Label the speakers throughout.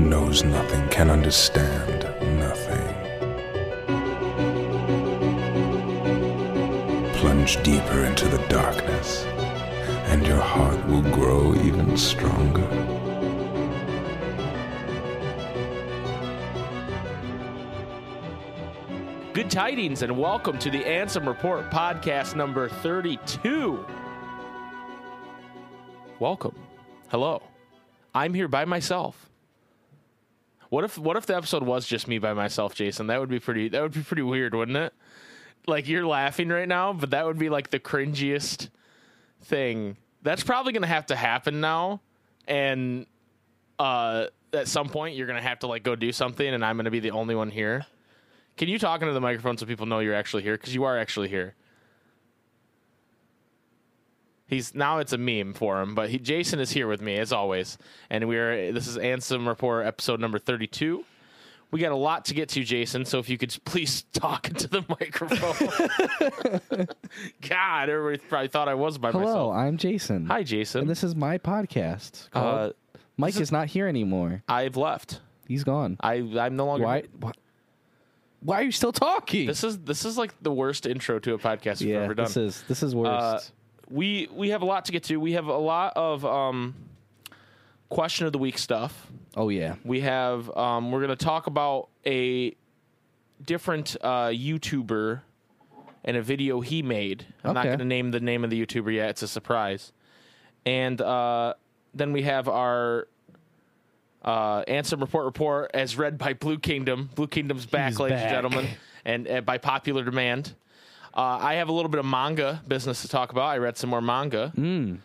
Speaker 1: knows nothing, can understand nothing. Plunge deeper into the darkness, and your heart will grow even stronger.
Speaker 2: Good tidings and welcome to the Ansem Report podcast number 32. Welcome. Hello. I'm here by myself. What if what if the episode was just me by myself, Jason? That would be pretty that would be pretty weird, wouldn't it? Like you're laughing right now, but that would be like the cringiest thing. That's probably going to have to happen now and uh at some point you're going to have to like go do something and I'm going to be the only one here. Can you talk into the microphone so people know you're actually here? Because you are actually here. He's now it's a meme for him, but he, Jason is here with me as always, and we are. This is Ansem Report episode number thirty-two. We got a lot to get to, Jason. So if you could please talk into the microphone. God, everybody probably thought I was by
Speaker 3: Hello,
Speaker 2: myself.
Speaker 3: I'm Jason.
Speaker 2: Hi, Jason.
Speaker 3: And this is my podcast.
Speaker 2: uh,
Speaker 3: called- Mike is not here anymore.
Speaker 2: I've left.
Speaker 3: He's gone.
Speaker 2: I I'm no longer.
Speaker 3: Why? Why, why are you still talking?
Speaker 2: This is this is like the worst intro to a podcast we've
Speaker 3: yeah,
Speaker 2: ever done.
Speaker 3: this is this is worse.
Speaker 2: Uh, we we have a lot to get to. We have a lot of um, question of the week stuff.
Speaker 3: oh yeah.
Speaker 2: We have um, we're going to talk about a different uh, YouTuber and a video he made. I'm not
Speaker 3: Okay.
Speaker 2: going to name the name of the YouTuber yet; it's a surprise. And uh, then we have our uh, Ansem Report report as read by Blue Kingdom. Blue Kingdom's back, ladies
Speaker 3: back.
Speaker 2: and gentlemen, and uh, by popular demand. Uh, I have a little bit of manga business to talk about. I read some more manga.
Speaker 3: Hmm.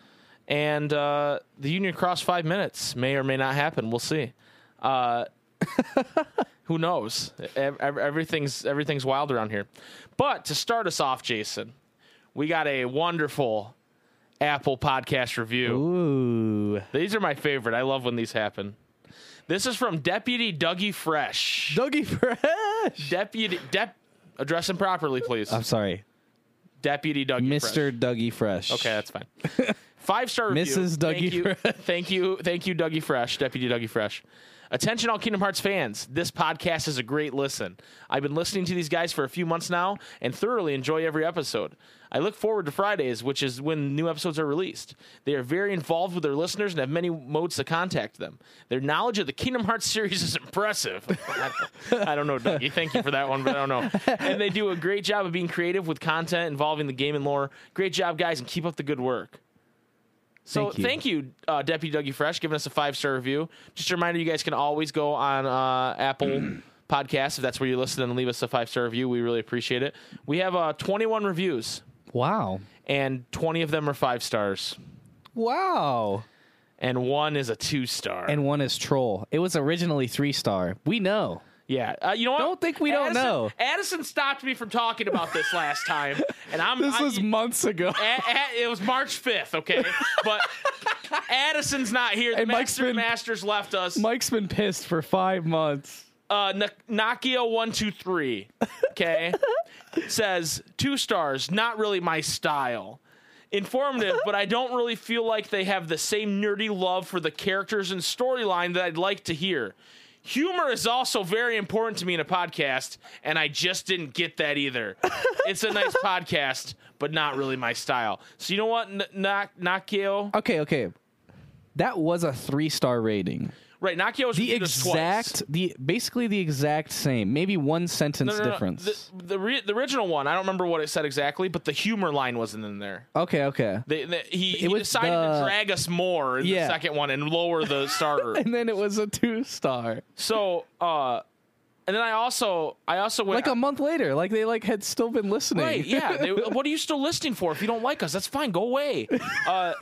Speaker 2: And uh, the Union Cross five minutes may or may not happen. We'll see. Uh, who knows? Ev- ev- Everything's everything's wild around here. But to start us off, Jason, we got a wonderful Apple podcast review.
Speaker 3: Ooh.
Speaker 2: These are my favorite. I love when these happen. This is from Deputy Dougie Fresh.
Speaker 3: Dougie Fresh.
Speaker 2: Deputy Dep address him properly, please.
Speaker 3: I'm sorry,
Speaker 2: Deputy Dougie
Speaker 3: Mr.
Speaker 2: Fresh.
Speaker 3: Dougie Fresh.
Speaker 2: Okay, that's fine. Five star review.
Speaker 3: Mrs. Dougie
Speaker 2: thank you,
Speaker 3: Fresh.
Speaker 2: Thank you, thank you, Dougie Fresh, Deputy Dougie Fresh. Attention, all Kingdom Hearts fans. This podcast is a great listen. I've been listening to these guys for a few months now and thoroughly enjoy every episode. I look forward to Fridays, which is when new episodes are released. They are very involved with their listeners and have many modes to contact them. Their knowledge of the Kingdom Hearts series is impressive. I I don't know, Dougie. Thank you for that one, but I don't know. And they do a great job of being creative with content involving the game and lore. Great job, guys, and keep up the good work. So
Speaker 3: Thank you.
Speaker 2: thank you, uh, Deputy Dougie Fresh, giving us a five star review. Just a reminder, you guys can always go on uh, Apple Podcasts if that's where you listen and leave us a five star review. We really appreciate it. We have uh, 21 reviews,
Speaker 3: Wow.
Speaker 2: and 20 of them are five stars,
Speaker 3: Wow.
Speaker 2: and one is a two star.
Speaker 3: And one is troll. It was originally three star. We know.
Speaker 2: yeah, uh, you know what?
Speaker 3: Don't think we don't
Speaker 2: Addison-
Speaker 3: know.
Speaker 2: Addison stopped me from talking about this last time, and I'm
Speaker 3: This
Speaker 2: I-
Speaker 3: was months ago.
Speaker 2: A- A- it was March 5th, okay? But Addison's not here. The
Speaker 3: And Mike's
Speaker 2: Master
Speaker 3: been-
Speaker 2: Masters left us.
Speaker 3: Mike's been pissed for five months.
Speaker 2: uh, N- Nokia one two three. Okay, says two stars. Not really my style. Informative, but I don't really feel like they have the same nerdy love for the characters and storyline that I'd like to hear. Humor is also very important to me in a podcast, and I just didn't get that either. it's a nice podcast, but not really my style. So you know what, N- Nak Nakio?
Speaker 3: Okay, okay. That was a three star rating.
Speaker 2: Right, Nakio was
Speaker 3: The
Speaker 2: reviewed us twice.
Speaker 3: exact, the basically the exact same. Maybe one sentence difference.
Speaker 2: The, the, re- the original one, I don't remember what it said exactly, but the humor line wasn't in there.
Speaker 3: okay, okay.
Speaker 2: They, they, he he
Speaker 3: was
Speaker 2: decided to
Speaker 3: the-
Speaker 2: drag us more in
Speaker 3: Yeah.
Speaker 2: the second one and lower the starter.
Speaker 3: And then it was a two star.
Speaker 2: so, uh, and then I also I also went
Speaker 3: Like a month later, like they like had still been listening.
Speaker 2: Right, yeah. They, what are you still listening for? If you don't like us, that's fine. Go away. Uh,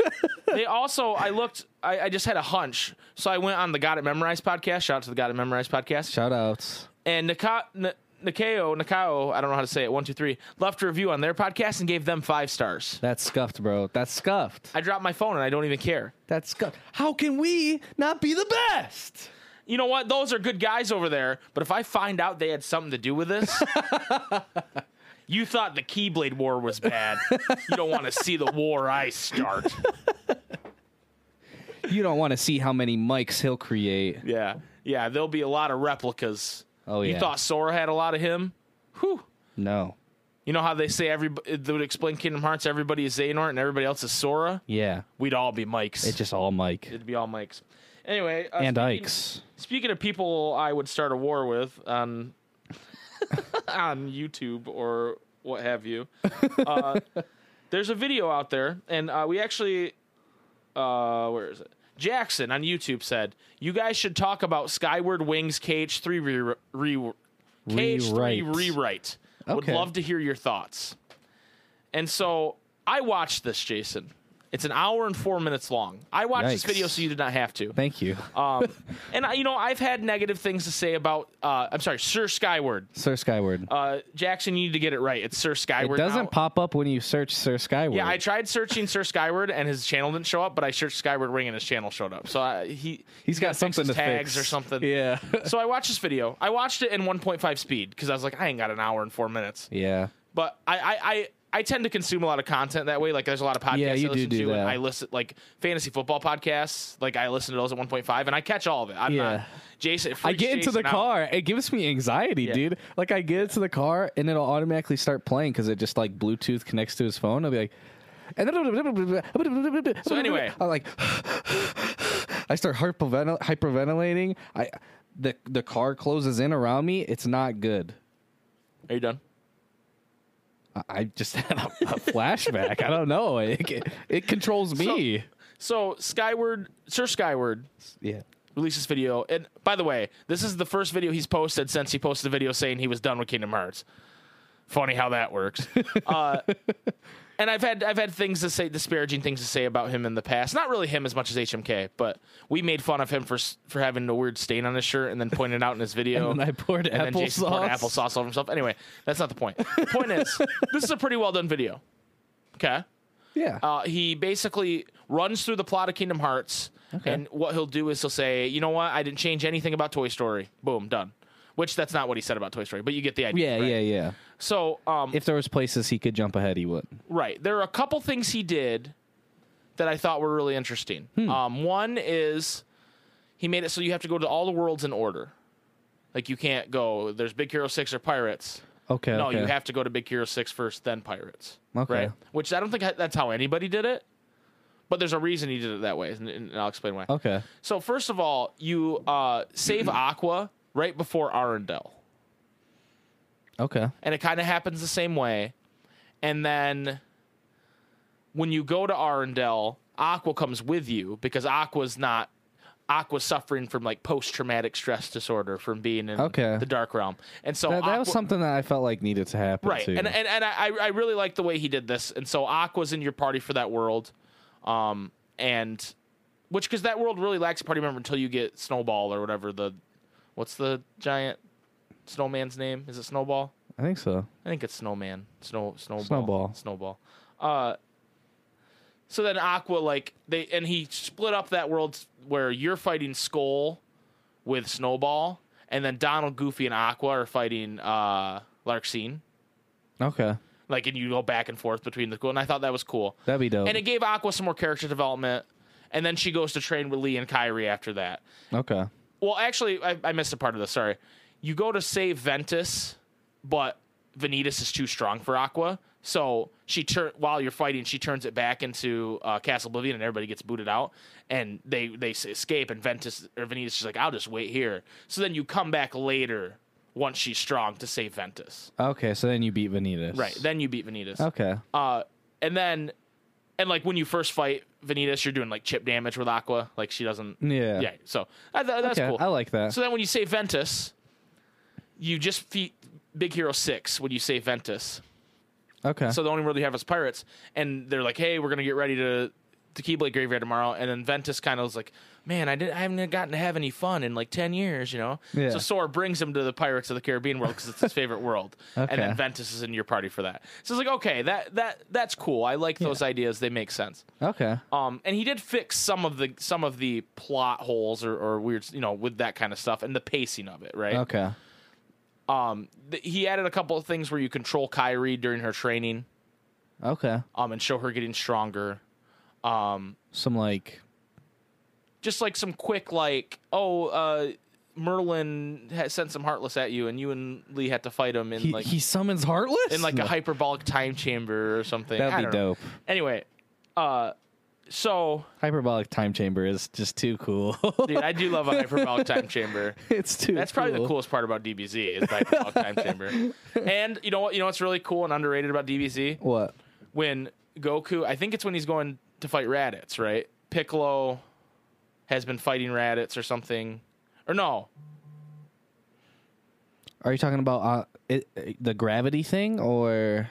Speaker 2: they also, I looked, I, I just had a hunch. So I went on the Got It Memorized podcast. Shout out to the Got It Memorized podcast.
Speaker 3: Shout outs.
Speaker 2: and Nika- N- Nikao, Nikao, I don't know how to say it, one, two, three, left a review on their podcast and gave them five stars.
Speaker 3: That's scuffed, bro. That's scuffed.
Speaker 2: I dropped my phone and I don't even care.
Speaker 3: That's scuffed. How can we not be the best?
Speaker 2: You know what? Those are good guys over there, but if I find out they had something to do with this, you thought the Keyblade War was bad. You don't want to see the war I start.
Speaker 3: You don't want to see how many mics he'll create.
Speaker 2: Yeah. yeah, there'll be a lot of replicas.
Speaker 3: Oh,
Speaker 2: you
Speaker 3: yeah.
Speaker 2: thought Sora had a lot of him? Whew.
Speaker 3: No.
Speaker 2: You know how they say every that would explain Kingdom Hearts. Everybody is Xehanort and everybody else is Sora.
Speaker 3: Yeah.
Speaker 2: We'd all be Mikes.
Speaker 3: It's just all Mike
Speaker 2: It'd be all Mikes. Anyway, uh,
Speaker 3: and
Speaker 2: speaking-
Speaker 3: Ike's.
Speaker 2: Speaking of people I would start a war with on on YouTube or what have you, uh, there's a video out there, and uh, we actually, uh, where is it? Jackson on YouTube said, "You guys should talk about Skyward Wings KH3 re- re- KH3
Speaker 3: Rewrite.
Speaker 2: rewrite. Would
Speaker 3: Okay.
Speaker 2: love to hear your thoughts." And so I watched this, Jason. It's an hour and four minutes long. I watched this
Speaker 3: Yikes.
Speaker 2: video so you did not have to.
Speaker 3: Thank you,
Speaker 2: Um, and I, you know, I've had negative things to say about. Uh, I'm sorry, Sir Skyward.
Speaker 3: Sir Skyward.
Speaker 2: Uh, Jackson, you need to get it right. It's Sir
Speaker 3: it
Speaker 2: Skyward.
Speaker 3: doesn't
Speaker 2: now.
Speaker 3: pop up when you search Sir Skyward.
Speaker 2: Yeah, I tried searching Sir Skyward and his channel didn't show up, but I searched Skyward Ring and his channel showed up. So I, he
Speaker 3: He's
Speaker 2: gotta
Speaker 3: got
Speaker 2: fix
Speaker 3: something
Speaker 2: his
Speaker 3: to
Speaker 2: tags
Speaker 3: fix
Speaker 2: or something.
Speaker 3: Yeah.
Speaker 2: So I watched this video. I watched it in 1.5 speed because I was like, I ain't got an hour and four minutes.
Speaker 3: yeah.
Speaker 2: But I, I, I, I tend to consume a lot of content that way. Like, there's a lot of podcasts
Speaker 3: Yeah, you
Speaker 2: I
Speaker 3: do
Speaker 2: listen
Speaker 3: do
Speaker 2: to, and
Speaker 3: that.
Speaker 2: I listen like fantasy football podcasts. Like, I listen to those at 1.5, and I catch all of it. I'm
Speaker 3: Yeah.
Speaker 2: not Jason. it
Speaker 3: I
Speaker 2: freaks
Speaker 3: get into the
Speaker 2: Jason out.
Speaker 3: car. It gives me anxiety, dude. Like I get into the car and it'll automatically start playing because it just like Bluetooth connects to his phone. I'll be like, and then
Speaker 2: So anyway.
Speaker 3: I'm like, I start hyperventil- hyperventilating. I the the car closes in around me. It's not good.
Speaker 2: Are you done?
Speaker 3: I- I just had a, a flashback. I don't know. It it, it controls me.
Speaker 2: So Skyward, Sir Skyward
Speaker 3: yeah.
Speaker 2: released this video, and by the way, this is the first video he's posted since he posted a video saying he was done with Kingdom Hearts. Funny how that works. uh, and I've had I've had things to say, disparaging things to say about him in the past. Not really him as much as HMK, but we made fun of him for s- for having a weird stain on his shirt, and then pointed out in his video.
Speaker 3: And I poured
Speaker 2: and then Jason poured
Speaker 3: applesauce.
Speaker 2: applesauce over himself. Anyway, that's not the point. The point is, this is a pretty well done video. Okay.
Speaker 3: Yeah.
Speaker 2: Uh, he basically runs through the plot of Kingdom Hearts, and what he'll do is he'll say, "You know what? I didn't change anything about Toy Story." Boom, done. Which that's not what he said about Toy Story, but you get the idea.
Speaker 3: yeah.
Speaker 2: right?
Speaker 3: Yeah. Yeah.
Speaker 2: So, um,
Speaker 3: If there was places he could jump ahead, he would.
Speaker 2: right, there are a couple things he did that I thought were really interesting.
Speaker 3: Hmm.
Speaker 2: Um, one is he made it so you have to go to all the worlds in order. Like you can't go. There's Big Hero Six or Pirates.
Speaker 3: Okay.
Speaker 2: No,
Speaker 3: okay.
Speaker 2: you have to go to Big Hero 6 first, then Pirates.
Speaker 3: Okay.
Speaker 2: Right? Which I don't think that's how anybody did it, but there's a reason he did it that way, and, and I'll explain why.
Speaker 3: Okay.
Speaker 2: So, first of all, you uh, save Aqua right before Arendelle,
Speaker 3: Okay.
Speaker 2: and it kind of happens the same way. And then when you go to Arendelle, Aqua comes with you because Aqua's not. Aqua's suffering from like post traumatic stress disorder from being in
Speaker 3: Okay.
Speaker 2: the dark realm. And so
Speaker 3: That, that was
Speaker 2: Aqua-
Speaker 3: something that I felt like needed to happen.
Speaker 2: Oh, right
Speaker 3: too.
Speaker 2: and and, and I, I really like the way he did this and so aqua's in your party for that world um and which because that world really lacks a party member until you get snowball or whatever the what's the giant snowman's name is it snowball
Speaker 3: I think so.
Speaker 2: i think it's snowman snow snowball
Speaker 3: Snowball.
Speaker 2: snowball uh so then aqua like they and he split up that world where you're fighting skull with snowball and then donald goofy and aqua are fighting uh larkseen
Speaker 3: Okay,
Speaker 2: like and you go back and forth between the school and i thought that was cool
Speaker 3: that'd be dope.
Speaker 2: and it gave aqua some more character development and then she goes to train with lee and kyrie after that
Speaker 3: okay,
Speaker 2: well actually i, I missed a part of this sorry you go to save ventus but vanitas is too strong for aqua so she turn while you're fighting she turns it back into uh, castle oblivion and everybody gets booted out and they they s- escape and ventus or vanitas is like i'll just wait here so then you come back later once she's strong to save ventus
Speaker 3: okay. So then you beat Vanitas.
Speaker 2: right then you beat vanitas
Speaker 3: okay.
Speaker 2: uh, and then, and like when you first fight Vanitas, you're doing like chip damage with Aqua. Like she doesn't.
Speaker 3: Yeah.
Speaker 2: Yeah. So I th- that's
Speaker 3: okay.
Speaker 2: cool.
Speaker 3: I like that.
Speaker 2: So then when you say Ventus, you just feat Big Hero Six when you say Ventus.
Speaker 3: okay.
Speaker 2: So the only world you have is pirates, and they're like, "Hey, we're gonna get ready to to Keyblade Graveyard tomorrow." And then Ventus kind of was like, "Man, I didn't, I haven't gotten to have any fun in like ten years, you know."
Speaker 3: Yeah.
Speaker 2: So Sora brings him to the Pirates of the Caribbean world because it's his favorite world, and
Speaker 3: Okay.
Speaker 2: then Ventus is in your party for that. So it's like, okay, that that that's cool. I like those ideas; they make sense.
Speaker 3: okay.
Speaker 2: Um, and he did fix some of the some of the plot holes or, or weird, you know, with that kind of stuff and the pacing of it, right?
Speaker 3: Okay.
Speaker 2: Um, th- he added a couple of things where you control Kyrie during her training
Speaker 3: Okay.
Speaker 2: um, and show her getting stronger. Um,
Speaker 3: Some like
Speaker 2: just like some quick, like, oh, uh, Merlin ha- sent some Heartless at you, and you and Lee had to fight him in
Speaker 3: He,
Speaker 2: like
Speaker 3: he summons Heartless
Speaker 2: in like a hyperbolic time chamber or something.
Speaker 3: That'd
Speaker 2: I
Speaker 3: be
Speaker 2: don't know.
Speaker 3: dope.
Speaker 2: Anyway, uh, so
Speaker 3: hyperbolic time chamber is just too cool.
Speaker 2: dude, I do love a hyperbolic time chamber.
Speaker 3: it's too.
Speaker 2: That's probably the
Speaker 3: cool.
Speaker 2: coolest part about DBZ is the hyperbolic time chamber. And you know what? You know what's really cool and underrated about DBZ
Speaker 3: What?
Speaker 2: when Goku. I think it's when he's going to fight Raditz, right? Piccolo has been fighting Raditz or something, or no?
Speaker 3: Are you talking about uh, it, it- the gravity thing or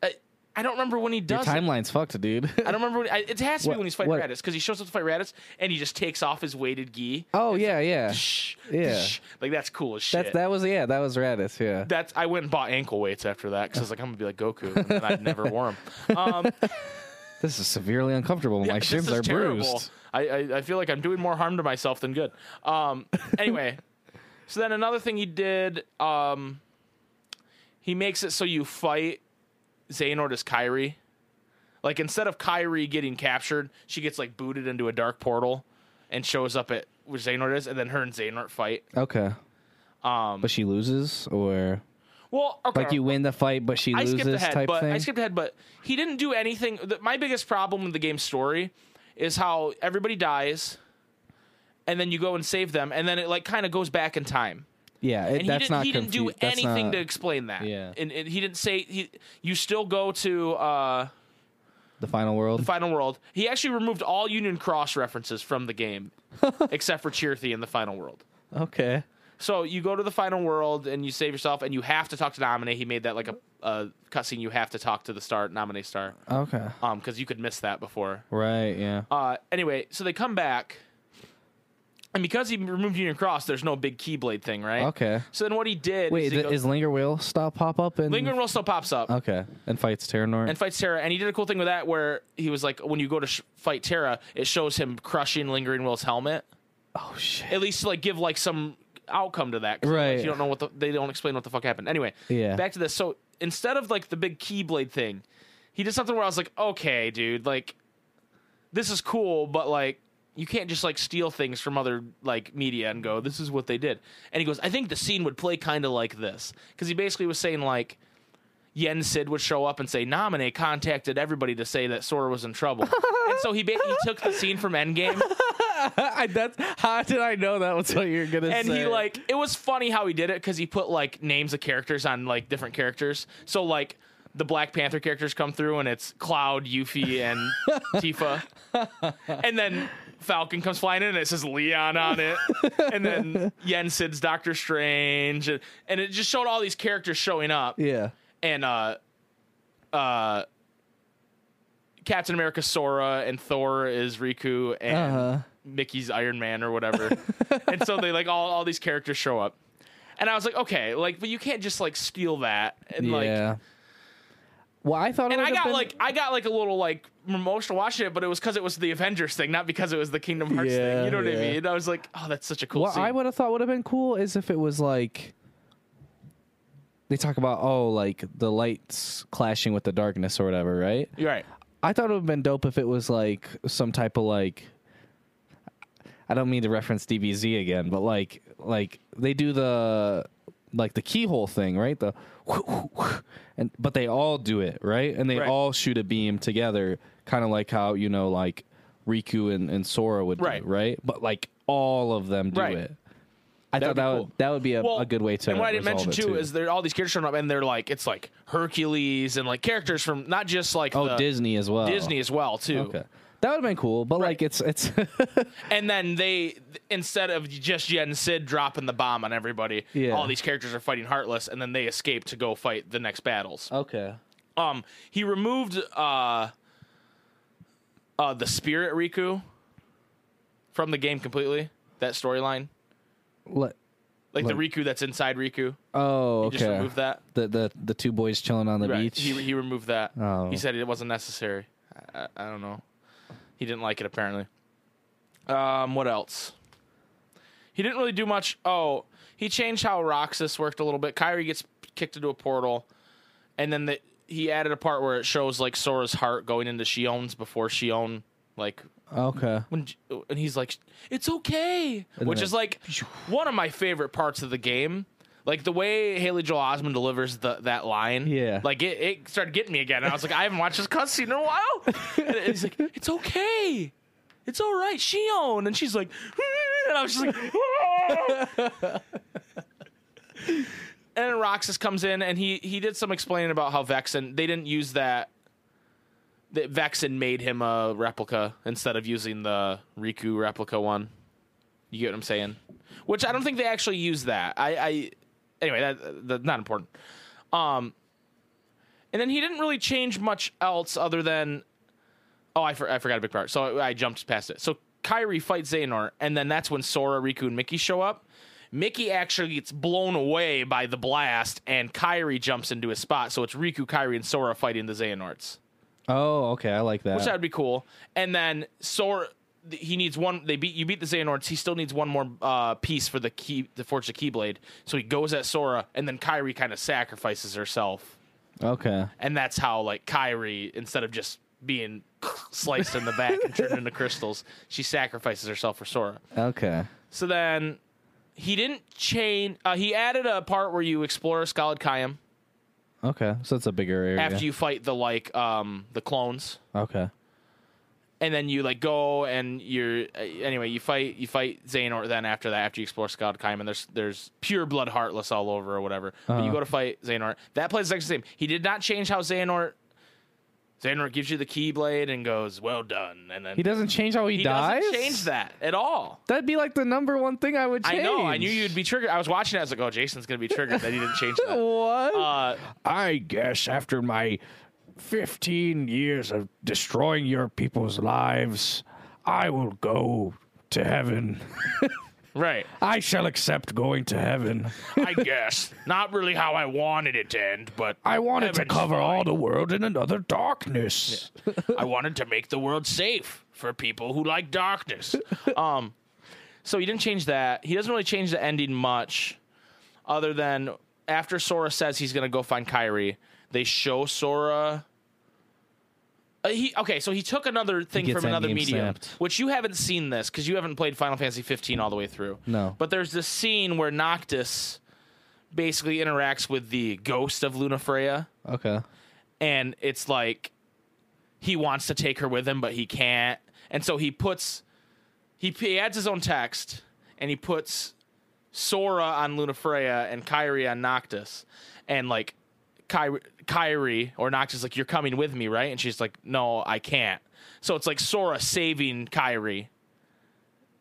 Speaker 2: I, I don't remember when he
Speaker 3: your
Speaker 2: does. it.
Speaker 3: timeline's fucked, dude?
Speaker 2: I don't remember. When, I, it has to
Speaker 3: What-
Speaker 2: be when he's fighting
Speaker 3: what-
Speaker 2: Raditz because he shows up to fight Raditz and he just takes off his weighted gi.
Speaker 3: oh yeah, yeah.
Speaker 2: Shh,
Speaker 3: Yeah.
Speaker 2: shh. like that's cool as shit.
Speaker 3: That's that was yeah, that was Raditz. Yeah.
Speaker 2: That's I went and bought ankle weights after that because I was like I'm gonna be like Goku and then I'd never wore them. Um,
Speaker 3: This is severely uncomfortable. My
Speaker 2: this
Speaker 3: shins
Speaker 2: is
Speaker 3: are
Speaker 2: terrible.
Speaker 3: bruised.
Speaker 2: I, I I feel like I'm doing more harm to myself than good. Um, anyway, so then another thing he did, um, he makes it so you fight Xehanort as Kyrie. Like instead of Kyrie getting captured, she gets like booted into a dark portal and shows up at where Xehanort is, and then her and Xehanort fight.
Speaker 3: Okay.
Speaker 2: Um,
Speaker 3: But she loses, or
Speaker 2: well, okay.
Speaker 3: like you win the fight, but she
Speaker 2: I skipped
Speaker 3: loses
Speaker 2: ahead,
Speaker 3: type
Speaker 2: but
Speaker 3: thing.
Speaker 2: I skipped ahead, but he didn't do anything. The, my biggest problem with the game's story is how everybody dies, and then you go and save them, and then it like kind of goes back in time.
Speaker 3: yeah, it,
Speaker 2: And he
Speaker 3: that's
Speaker 2: didn't,
Speaker 3: not.
Speaker 2: he didn't do
Speaker 3: confu- that's
Speaker 2: anything
Speaker 3: not
Speaker 2: to explain that.
Speaker 3: Yeah.
Speaker 2: and, and he didn't say he. You still go to uh,
Speaker 3: the final world.
Speaker 2: Final World. He actually removed all Union Cross references from the game, except for Cheerthy in the Final World.
Speaker 3: okay.
Speaker 2: So you go to the final world and you save yourself, and you have to talk to Nominee. He made that like a, a cutscene. You have to talk to the star, Nominee Star
Speaker 3: Okay.
Speaker 2: um because you could miss that before
Speaker 3: Right. Yeah.
Speaker 2: uh anyway so they come back and because he removed union cross there's no big keyblade thing right
Speaker 3: Okay.
Speaker 2: so then what he did
Speaker 3: Wait,
Speaker 2: is, he
Speaker 3: th-
Speaker 2: goes-
Speaker 3: is Uh. Linger Will stop pop up and
Speaker 2: lingering will still pops up
Speaker 3: Okay, and fights Terranor.
Speaker 2: and fights Terra, and he did a cool thing with that where he was like, when you go to sh- fight Terra, it shows him crushing Lingering Will's helmet.
Speaker 3: oh shit!
Speaker 2: At least to like give like some outcome to that, 'cause otherwise
Speaker 3: Right.
Speaker 2: You don't know what the, they don't explain what the fuck happened. Anyway,
Speaker 3: Yeah.
Speaker 2: Back to this. So instead of like the big Keyblade thing, he did something where I was like, okay, dude, like this is cool, but like you can't just like steal things from other like media and go, this is what they did. And he goes, I think the scene would play kind of like this because he basically was saying like. Yen Sid would show up and say, Naminé contacted everybody to say that Sora was in trouble. and so he, ba- he took the scene from Endgame
Speaker 3: I, that's how did I know that was what you're gonna
Speaker 2: and he like it was funny how he did it because he put like names of characters on like different characters so like the black panther characters come through and it's cloud yuffie and tifa and then falcon comes flying in and it says leon on it and then yen sid's doctor strange and, and it just showed all these characters showing up
Speaker 3: yeah,
Speaker 2: and uh uh Captain America Sora and Thor is Riku and
Speaker 3: Uh-huh.
Speaker 2: Mickey's Iron Man or whatever. and so they like all all these characters show up. And I was like, okay, like but you can't just like steal that and like
Speaker 3: yeah. Well, I thought it
Speaker 2: and
Speaker 3: would
Speaker 2: I
Speaker 3: have
Speaker 2: got
Speaker 3: been-
Speaker 2: like I got like a little like emotional watching it, but it was because it was the Avengers thing, not because it was the Kingdom Hearts
Speaker 3: Yeah,
Speaker 2: thing. You know what I
Speaker 3: yeah.
Speaker 2: mean? And I was like, oh, that's such a cool
Speaker 3: what
Speaker 2: scene.
Speaker 3: I would have thought would have been cool is if it was like they talk about oh like the lights clashing with the darkness or whatever, right?
Speaker 2: You're right.
Speaker 3: I thought it would have been dope if it was like some type of like. I don't mean to reference DBZ again, but like like they do the like the keyhole thing, right? The and but they all do it right, and they
Speaker 2: Right.
Speaker 3: all shoot a beam together, kind of like how you know like Riku and, and Sora would
Speaker 2: Right.
Speaker 3: do, right? But like all of them do
Speaker 2: Right.
Speaker 3: it. I
Speaker 2: That'd be
Speaker 3: thought that
Speaker 2: cool.
Speaker 3: would that would be a,
Speaker 2: well,
Speaker 3: a good way to.
Speaker 2: And what I didn't
Speaker 3: resolve
Speaker 2: mention
Speaker 3: it,
Speaker 2: too is there all these characters showing up, and they're like it's like Hercules and like characters from not just like
Speaker 3: oh
Speaker 2: the
Speaker 3: Disney as well.
Speaker 2: Disney as well too.
Speaker 3: Okay, that would have been cool, but like it's it's
Speaker 2: And then they instead of just Yen and Sid dropping the bomb on everybody,
Speaker 3: Yeah.
Speaker 2: all these characters are fighting Heartless, and then they escape to go fight the next battles.
Speaker 3: okay.
Speaker 2: Um, he removed uh, uh, the Spirit Riku from the game completely. That storyline,
Speaker 3: Let,
Speaker 2: like, the
Speaker 3: Like-
Speaker 2: Riku that's inside Riku,
Speaker 3: Oh,
Speaker 2: just
Speaker 3: okay.
Speaker 2: remove that.
Speaker 3: The the the two boys chilling on the
Speaker 2: Right.
Speaker 3: beach.
Speaker 2: He, he removed that.
Speaker 3: Oh.
Speaker 2: He said it wasn't necessary. I, I, I don't know. He didn't like it apparently. Um, what else? He didn't really do much. Oh, he changed how Roxas worked a little bit. Kyrie gets kicked into a portal, and then the, he added a part where it shows like Sora's heart going into Shion's before Shion Like
Speaker 3: Okay.
Speaker 2: when and he's like, "It's okay," which
Speaker 3: then-
Speaker 2: is like one of my favorite parts of the game. Like the way Haley Joel Osment delivers the, that line,
Speaker 3: Yeah.
Speaker 2: Like it, it started getting me again, and I was like, "I haven't watched this cutscene in a while." and he's like, "It's okay, it's all right." She owned, and she's like, and I was just like, and then Roxas comes in, and he he did some explaining about how Vexen they didn't use that that Vexen made him a replica instead of using the Riku replica one. You get what I'm saying? Which I don't think they actually use that. I, I anyway, that that's not important. Um, and then he didn't really change much else other than oh, I, for, I forgot a big part, so I, I jumped past it. So Kyrie fights Xehanort, and then that's when Sora, Riku, and Mickey show up. Mickey actually gets blown away by the blast, and Kyrie jumps into his spot. So it's Riku, Kyrie, and Sora fighting the Xehanorts
Speaker 3: Oh, okay. I like that.
Speaker 2: which that'd be cool. And then Sora, th- he needs one. They beat you beat the Xehanorts. He still needs one more uh, piece for the key, the Forge of Keyblade. So he goes at Sora, and then Kyrie kind of sacrifices herself,
Speaker 3: okay.
Speaker 2: and that's how like Kyrie, instead of just being sliced in the back and turned into crystals, she sacrifices herself for Sora.
Speaker 3: Okay.
Speaker 2: So then he didn't change. Uh, he added a part where you explore Scaled Kayam
Speaker 3: Okay. So it's a bigger area.
Speaker 2: after you fight the like um the clones.
Speaker 3: Okay.
Speaker 2: and then you like go and you're uh, anyway you fight you fight Xehanort then after that after you explore Scott Kaim and there's there's pure blood heartless all over or whatever but you
Speaker 3: Uh-huh.
Speaker 2: go to fight Xehanort that plays the same he did not change how Xehanort Xehanort gives you the keyblade and goes well done and then
Speaker 3: He doesn't change how he,
Speaker 2: he
Speaker 3: dies.
Speaker 2: doesn't change that at all
Speaker 3: That'd be like the number one thing I would change.
Speaker 2: I know I knew you'd be triggered I was watching it I was like oh Jason's gonna be triggered that he didn't change that
Speaker 3: What?
Speaker 2: uh,
Speaker 4: I guess after my 15 years of destroying your people's lives, I will go to heaven.
Speaker 2: right
Speaker 4: I shall accept going to heaven.
Speaker 2: I guess not really how I wanted it to end but
Speaker 4: I wanted to
Speaker 2: Heaven's
Speaker 4: cover all the world in another darkness.
Speaker 2: I wanted to make the world safe for people who like darkness. Um, so he didn't change that. He doesn't really change the ending much, other than after Sora says he's gonna go find Kyrie, they show Sora. Uh, he okay, so he took another thing
Speaker 3: gets
Speaker 2: from another
Speaker 3: endgame
Speaker 2: medium,
Speaker 3: snapped.
Speaker 2: which you haven't seen this because you haven't played Final Fantasy 15 all the way through.
Speaker 3: No.
Speaker 2: but there's this scene where Noctis basically interacts with the ghost of Lunafreya
Speaker 3: okay.
Speaker 2: and it's like he wants to take her with him but he can't and so he puts he, he adds his own text and he puts Sora on Lunafreya and Kyrie on Noctis and like Kyrie, Kyrie or Noctis is like you're coming with me right and she's like no I can't so it's like Sora saving Kyrie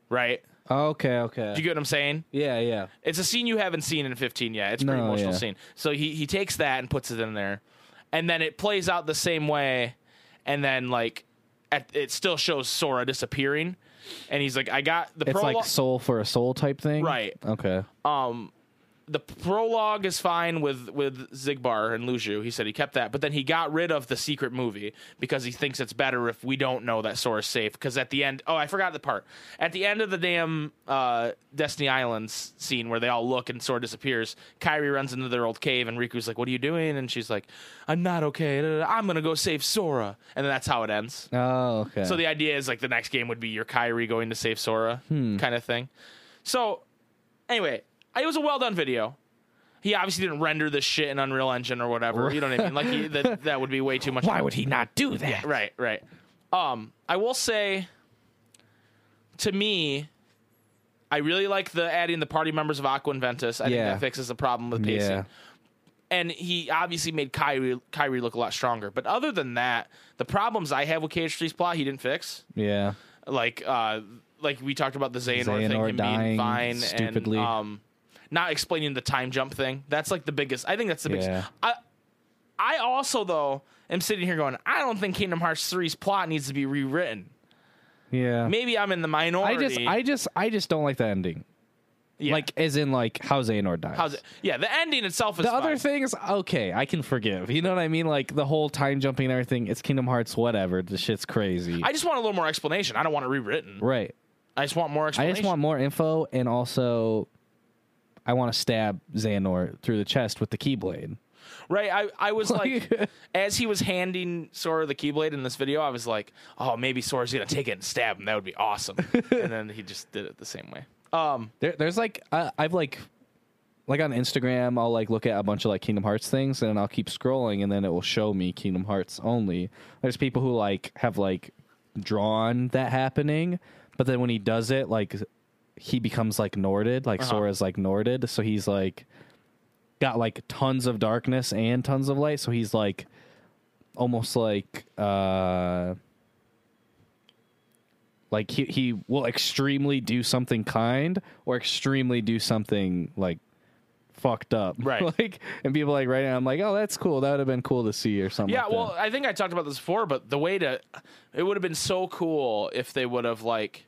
Speaker 2: right
Speaker 3: Okay. Okay.
Speaker 2: do you get what I'm saying
Speaker 3: yeah. Yeah.
Speaker 2: it's a scene you haven't seen in 15 yet. It's a pretty
Speaker 3: No,
Speaker 2: emotional
Speaker 3: yeah.
Speaker 2: scene. So he he takes that and puts it in there, and then it plays out the same way, and then like, at, it still shows Sora disappearing, and he's like, I got the
Speaker 3: It's
Speaker 2: prologue.
Speaker 3: like soul for a soul type thing.
Speaker 2: Right.
Speaker 3: Okay.
Speaker 2: um, the prologue is fine with with Zigbar and Luju. He said he kept that, but then he got rid of the secret movie because he thinks it's better if we don't know that Sora's safe. Because at the end, oh, I forgot the part. At the end of the damn uh, Destiny Islands scene where they all look and Sora disappears, Kyrie runs into their old cave and Riku's like, "What are you doing?" And she's like, "I'm not okay. da, da, da. I'm gonna go save Sora." And then that's how it ends.
Speaker 3: Oh. Okay.
Speaker 2: So the idea is like the next game would be your Kyrie going to save Sora
Speaker 3: Hmm.
Speaker 2: kind of thing. So anyway, it was a well done video. He obviously didn't render this shit in Unreal Engine or whatever. You know what I mean? Like he, that, that would be way too much.
Speaker 4: Why would he not do that?
Speaker 2: Right, right. Um, I will say, to me, I really like the adding the party members of Aqua and Ventus. I
Speaker 3: Yeah.
Speaker 2: think that fixes the problem with pacing
Speaker 3: yeah.
Speaker 2: and he obviously made Kyrie Kyrie look a lot stronger. But other than that, the problems I have with KH3's plot, he didn't fix.
Speaker 3: Yeah.
Speaker 2: Like uh like we talked about the Xehanort, thing,
Speaker 3: Xehanort
Speaker 2: him being
Speaker 3: dying
Speaker 2: fine
Speaker 3: stupidly.
Speaker 2: and um not explaining the time jump thing. That's like the biggest. I think that's the
Speaker 3: Yeah.
Speaker 2: biggest. I I also though am sitting here going, I don't think Kingdom Hearts 3's plot needs to be rewritten.
Speaker 3: Yeah.
Speaker 2: Maybe I'm in the
Speaker 3: I
Speaker 2: minority.
Speaker 3: just, I just, I just don't like the ending.
Speaker 2: yeah.
Speaker 3: Like, as in, like how Xehanort dies.
Speaker 2: how's it? Yeah, the ending itself is
Speaker 3: the other
Speaker 2: fine.
Speaker 3: things okay i can forgive you know what i mean like the whole time jumping and everything it's kingdom hearts whatever the shit's crazy
Speaker 2: I just want a little more explanation. I don't want it rewritten.
Speaker 3: right
Speaker 2: I just want more
Speaker 3: i
Speaker 2: explanation.
Speaker 3: just want more info and also i want to stab xehanort through the chest with the keyblade
Speaker 2: Right. I, I was like, as he was handing Sora the Keyblade in this video, I was like, oh, maybe Sora's going to take it and stab him. That would be awesome. and then he just did it the same way. Um,
Speaker 3: There, there's like I, I've like like on Instagram, I'll like look at a bunch of like Kingdom Hearts things, and I'll keep scrolling, and then it will show me Kingdom Hearts only. There's people who like have like drawn that happening, but then when he does it, like he becomes like Norded,
Speaker 2: Uh-huh.
Speaker 3: like Sora's like Norded, so he's like got like tons of darkness and tons of light, so he's like almost like uh like he he will extremely do something kind or extremely do something like fucked up
Speaker 2: Right.
Speaker 3: like and people like right now i'm like oh that's cool that would have been cool to see or something
Speaker 2: Yeah,
Speaker 3: like
Speaker 2: well,
Speaker 3: that.
Speaker 2: I think I talked about this before, but the way to it would have been so cool if they would have like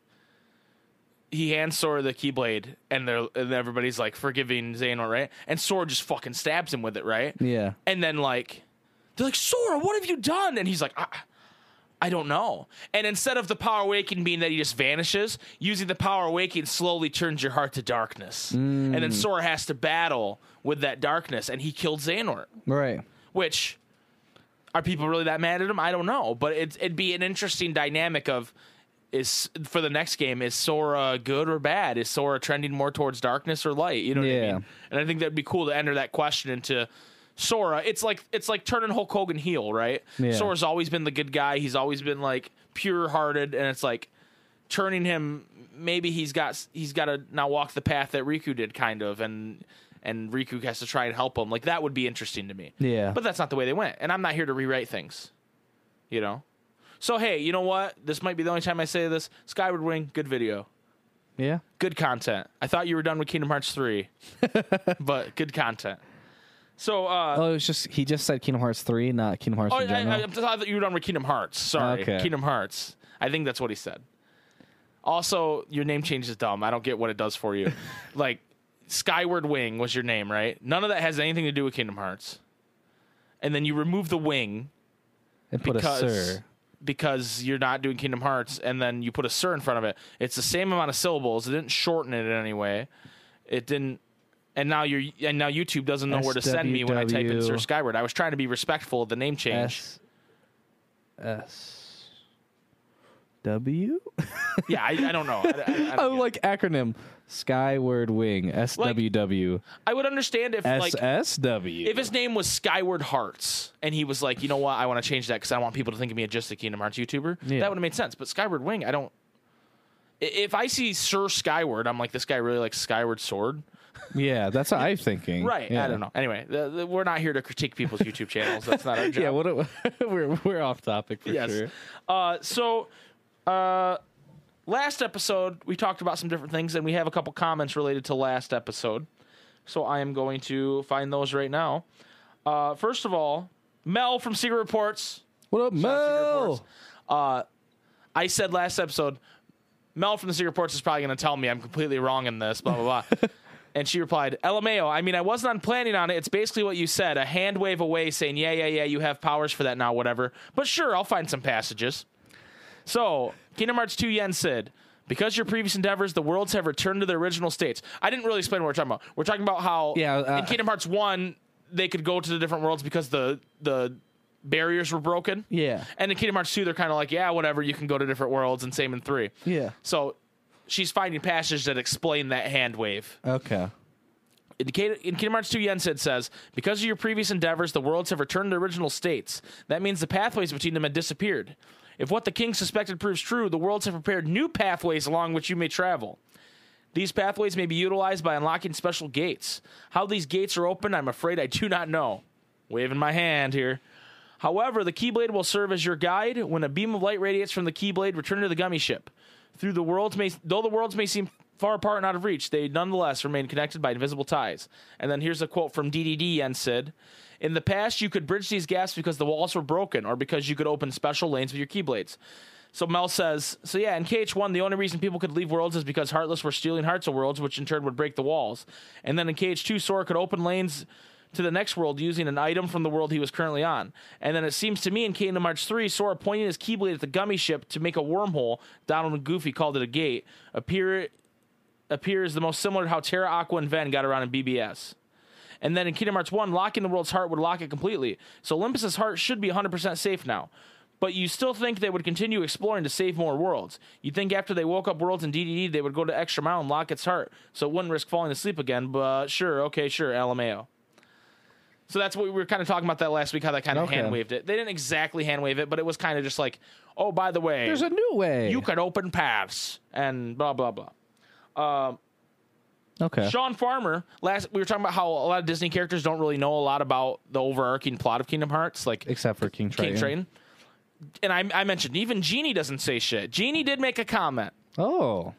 Speaker 2: he hands Sora the keyblade and they're and everybody's like forgiving Xehanort, right? And Sora just fucking stabs him with it, right?
Speaker 3: yeah
Speaker 2: And then like they're like, Sora, what have you done? And he's like, I, I don't know. And instead of the power awakening being that he just vanishes, using the power awakening slowly turns your heart to darkness. And then Sora has to battle with that darkness and he killed Xehanort
Speaker 3: right
Speaker 2: which are people really that mad at him? I don't know, but it's, it'd be an interesting dynamic of is for the next game is Sora good or bad? Is Sora trending more towards darkness or light? You know what I
Speaker 3: Yeah.
Speaker 2: mean? And I think that'd be cool to enter that question into Sora. It's like it's like turning Hulk Hogan heel, right?
Speaker 3: Yeah.
Speaker 2: Sora's always been the good guy. He's always been like pure hearted, and it's like turning him. Maybe he's got he's got to now walk the path that Riku did, kind of, and and Riku has to try and help him. Like that would be interesting to me.
Speaker 3: Yeah.
Speaker 2: but that's not the way they went, and I'm not here to rewrite things. You know. So hey, you know what? This might be the only time I say this. Skyward Wing, good video,
Speaker 3: yeah
Speaker 2: good content. I thought you were done with Kingdom Hearts three, but good content. So uh,
Speaker 3: oh it's just he just said kingdom hearts 3 not kingdom hearts
Speaker 2: Oh,
Speaker 3: in
Speaker 2: I,
Speaker 3: general
Speaker 2: I, I thought that you were done with Kingdom Hearts. Sorry,
Speaker 3: Okay.
Speaker 2: Kingdom Hearts. I think that's what he said. Also, your name change is dumb. I don't get what it does for you. like Skyward Wing was your name, right? None of that has anything to do with Kingdom Hearts. And then you remove the wing
Speaker 3: and put
Speaker 2: because
Speaker 3: a sir
Speaker 2: because you're not doing Kingdom Hearts, and then you put a sir in front of it. It's the same amount of syllables. It didn't shorten it in any way. It didn't. And now you're and now YouTube doesn't know where to send me when I type in Sir
Speaker 3: SWW.
Speaker 2: Skyward. I was trying to be respectful of the name change.
Speaker 3: s s w
Speaker 2: Yeah, I, I don't know. I, I- I don't
Speaker 3: oh like acronym skyward wing sww
Speaker 2: get- I would understand if like
Speaker 3: ssw
Speaker 2: if his name was Skyward Hearts and he was like, you know what, I want to change that because I want people to think of me as just a Kingdom Hearts YouTuber.
Speaker 3: Yeah.
Speaker 2: That would have made sense. But Skyward Wing, I don't. I- If I see Sir Skyward, I'm like, this guy really likes Skyward Sword.
Speaker 3: yeah that's what i'm thinking
Speaker 2: Right.
Speaker 3: yeah.
Speaker 2: I don't know. Anyway, the, the, we're not here to critique people's YouTube channels. That's not our job.
Speaker 3: yeah what a, we're, we're off topic for
Speaker 2: yes.
Speaker 3: sure
Speaker 2: Uh, so, uh, last episode we talked about some different things, and we have a couple comments related to last episode. So I am going to find those right now. Uh, first of all, Mel from Secret Reports.
Speaker 3: what up
Speaker 2: Secret
Speaker 3: mel
Speaker 2: Reports. Uh, I said last episode, Mel from the Secret Reports is probably going to tell me I'm completely wrong in this, blah, blah, blah. and she replied, LMAO, I mean, I wasn't on planning on it. It's basically what you said a hand wave away saying, yeah, yeah, yeah, you have powers for that now, whatever. But sure, I'll find some passages. So, Kingdom Hearts 2 Yen said, because your previous endeavors, the worlds have returned to their original states. I didn't really explain what we're talking about. We're talking about how
Speaker 3: Yeah, uh,
Speaker 2: in Kingdom Hearts 1, they could go to the different worlds because the the barriers were broken.
Speaker 3: yeah
Speaker 2: And in Kingdom Hearts 2, they're kind of like, yeah, whatever, you can go to different worlds, and same in 3.
Speaker 3: yeah
Speaker 2: So she's finding passages that explain that hand wave.
Speaker 3: okay
Speaker 2: In Kingdom in Kingdom Hearts 2, Yensid says, Because of your previous endeavors, the worlds have returned to original states. That means the pathways between them had disappeared. If what the king suspected proves true, the worlds have prepared new pathways along which you may travel. These pathways may be utilized by unlocking special gates. How these gates are opened, I'm afraid I do not know. Waving my hand here. However, the Keyblade will serve as your guide. When a beam of light radiates from the Keyblade, return to the gummy ship. Through the worlds may, though the worlds may seem far apart and out of reach, they nonetheless remain connected by invisible ties. And then here's a quote from DDD and Sid. In the past, you could bridge these gaps because the walls were broken, or because you could open special lanes with your Keyblades. So Mel says, so yeah, in KH1, the only reason people could leave worlds is because Heartless were stealing hearts of worlds, which in turn would break the walls. And then in KH2, Sora could open lanes to the next world using an item from the world he was currently on. And then it seems to me in Kingdom Hearts 3, Sora pointed his Keyblade at the gummy ship to make a wormhole, Donald and Goofy called it a gate, appear appears the most similar to how Terra, Aqua, and Ven got around in BBS. And then in Kingdom Hearts 1, locking the world's heart would lock it completely. So Olympus's heart should be 100% safe now. But you still think they would continue exploring to save more worlds. You'd think after they woke up worlds in DDD, they would go to Extra Mile and lock its heart so it wouldn't risk falling asleep again. But sure, okay, sure, LMAO. So that's what we were kind of talking about that last week, how they kind of
Speaker 3: Okay.
Speaker 2: hand waved it. They didn't exactly hand wave it, but it was kind of just like, oh, by the way,
Speaker 3: There's a new way.
Speaker 2: you could open paths and blah, blah, blah.
Speaker 3: okay.
Speaker 2: Sean Farmer, last we were talking about how a lot of Disney characters don't really know a lot about the overarching plot of Kingdom Hearts, like
Speaker 3: Except for King Triton.
Speaker 2: King Triton. And I, I mentioned even Genie doesn't say shit. Genie did make a comment.
Speaker 3: Oh.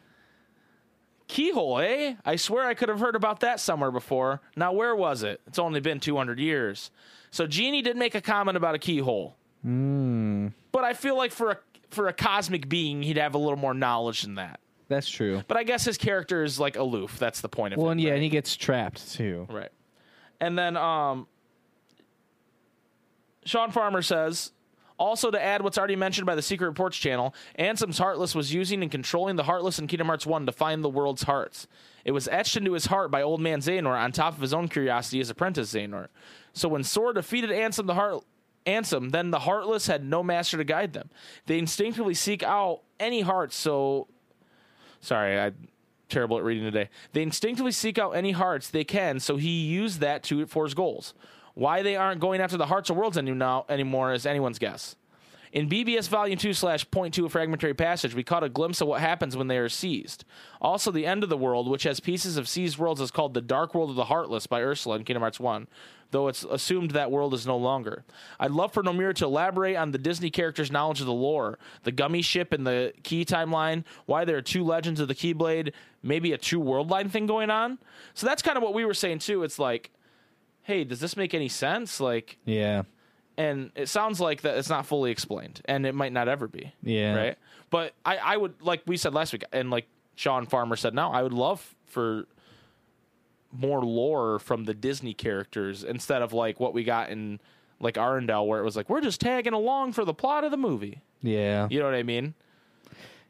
Speaker 2: Keyhole, eh? I swear I could have heard about that somewhere before. Now where was it? It's only been 200 years. So Genie did make a comment about a keyhole.
Speaker 3: Hmm.
Speaker 2: But I feel like for a for a cosmic being, he'd have a little more knowledge than that.
Speaker 3: That's true.
Speaker 2: But I guess his character is like aloof. That's the point of
Speaker 3: Well,
Speaker 2: it.
Speaker 3: and yeah,
Speaker 2: right?
Speaker 3: and he gets trapped too.
Speaker 2: Right. And then um Sean Farmer says also to add what's already mentioned by the Secret Reports channel, Ansem's Heartless was using and controlling the Heartless in Kingdom Hearts 1 to find the world's hearts. It was etched into his heart by old man Xehanort on top of his own curiosity as apprentice Xehanort. So when Sora defeated Ansem the Heart Ansem, then the Heartless had no master to guide them. They instinctively seek out any heart so Sorry, I terrible at reading today. They instinctively seek out any hearts they can, so he used that to for his goals. Why they aren't going after the hearts of worlds any now anymore is anyone's guess. In BBS Volume 2 slash Point 2 of Fragmentary Passage, we caught a glimpse of what happens when they are seized. Also, the end of the world, which has pieces of seized worlds, is called the Dark World of the Heartless by Ursula in Kingdom Hearts 1, though it's assumed that world is no longer. I'd love for Nomura to elaborate on the Disney character's knowledge of the lore, the gummy ship and the key timeline, why there are two legends of the Keyblade, maybe a two world line thing going on. So that's kind of what we were saying too. It's like, hey, does this make any sense? Like,
Speaker 3: Yeah.
Speaker 2: and it sounds like that it's not fully explained and it might not ever be
Speaker 3: Yeah.
Speaker 2: right but i i would like we said last week and like sean farmer said now i would love for more lore from the disney characters instead of like what we got in like arendelle where it was like we're just tagging along for the plot of the movie
Speaker 3: Yeah.
Speaker 2: you know what i mean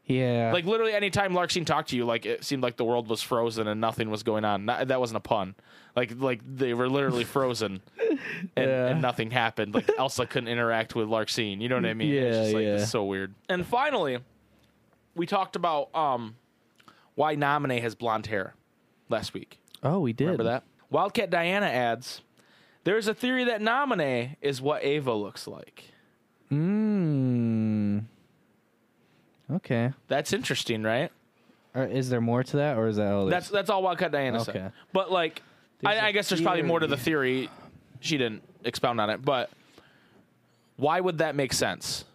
Speaker 3: Yeah.
Speaker 2: like literally anytime larkstein talked to you like it seemed like the world was frozen and nothing was going on Not, that wasn't a pun like like they were literally frozen and,
Speaker 3: Yeah.
Speaker 2: and nothing happened like elsa couldn't interact with larkstein you know what i mean it's
Speaker 3: Yeah,
Speaker 2: just like
Speaker 3: yeah.
Speaker 2: it's so weird and finally we talked about um why nominee has blonde hair last week
Speaker 3: oh, we did.
Speaker 2: remember that wildcat diana adds there's a theory that nominee is what ava looks like
Speaker 3: Mm. Okay.
Speaker 2: that's interesting right
Speaker 3: Or is there more to that, or is that all? it is?
Speaker 2: That's that's all Wildcat Diana
Speaker 3: Okay.
Speaker 2: said. But like,
Speaker 3: There's a
Speaker 2: I, I guess there's probably more to the theory. She didn't expound on it, but why would that make sense?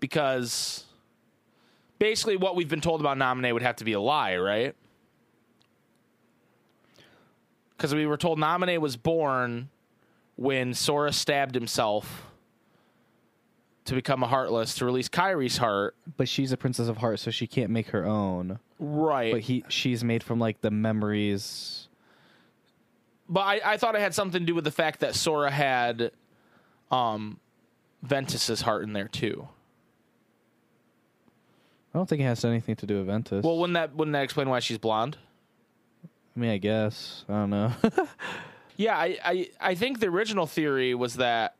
Speaker 2: Because basically, what we've been told about Nominee would have to be a lie, right? Because we were told Nominee was born when Sora stabbed himself to become a Heartless to release Kyrie's heart.
Speaker 3: But she's a princess of heart, so she can't make her own.
Speaker 2: Right.
Speaker 3: But he, she's made from like the memories.
Speaker 2: But I, I thought it had something to do with the fact that Sora had um Ventus's heart in there too.
Speaker 3: I don't think it has anything to do with Ventus.
Speaker 2: Well, wouldn't that wouldn't that explain why she's blonde?
Speaker 3: I mean, I guess I don't know.
Speaker 2: Yeah, I, I, I think the original theory was that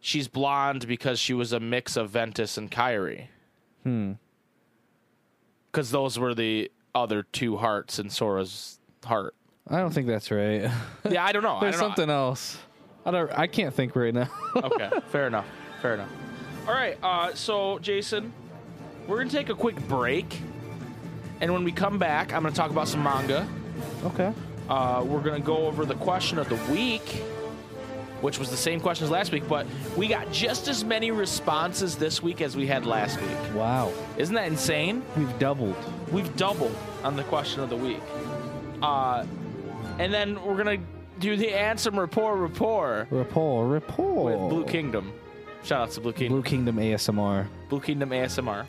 Speaker 2: she's blonde because she was a mix of Ventus and Kyrie. Hmm. Because those were the other two hearts in Sora's heart.
Speaker 3: I don't think that's right.
Speaker 2: Yeah, I don't know. I
Speaker 3: There's
Speaker 2: don't know.
Speaker 3: something else. I don't. I can't think right now.
Speaker 2: okay, fair enough. Fair enough. All right, uh, so Jason, we're gonna take a quick break, and when we come back, I'm gonna talk about some manga.
Speaker 3: okay.
Speaker 2: Uh, we're gonna go over the question of the week, which was the same question as last week, but we got just as many responses this week as we had last week.
Speaker 3: Wow.
Speaker 2: Isn't that insane?
Speaker 3: We've doubled.
Speaker 2: We've doubled on the question of the week. Uh, and then we're gonna do the answer rapport rapport
Speaker 3: Rapport. Rapport.
Speaker 2: with Blue Kingdom. Shout out to Blue Kingdom.
Speaker 3: Blue Kingdom ASMR.
Speaker 2: Blue Kingdom ASMR,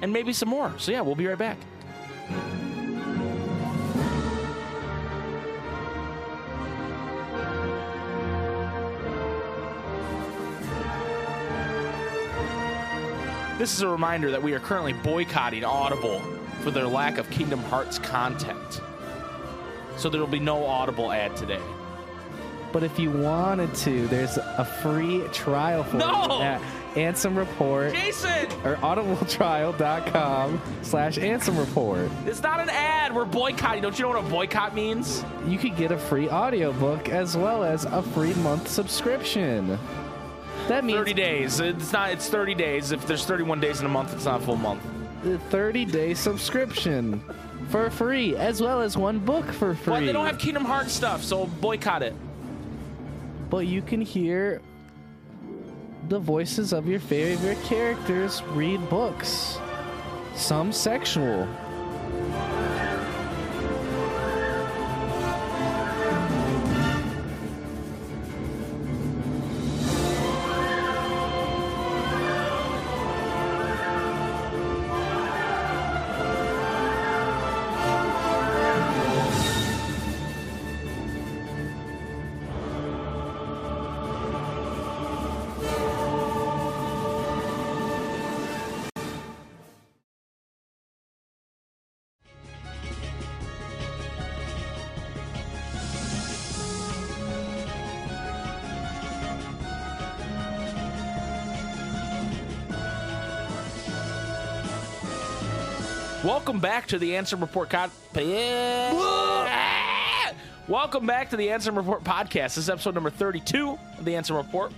Speaker 2: and maybe some more. So yeah, we'll be right back. This is a reminder that we are currently boycotting Audible for their lack of Kingdom Hearts content. So there will be no Audible ad today.
Speaker 3: But if you wanted to, there's a free trial for
Speaker 2: No!
Speaker 3: it at Ansem Report
Speaker 2: Jason,
Speaker 3: or audibletrial.com slash Ansem Report.
Speaker 2: it's not an ad. We're boycotting. Don't you know what a boycott means?
Speaker 3: You could get a free audiobook as well as a free month subscription. That means
Speaker 2: 30 days. It's not. It's 30 days. If there's 31 days in a month, it's not a full month.
Speaker 3: a 30 day subscription for free, as well as one book for free.
Speaker 2: But they don't have Kingdom Hearts stuff, so boycott it.
Speaker 3: But you can hear the voices of your favorite characters read books, some sexual.
Speaker 2: Welcome back to the Answer Report Cod. Welcome back to the Answer Report podcast. This is episode number 32 of the Answer Report.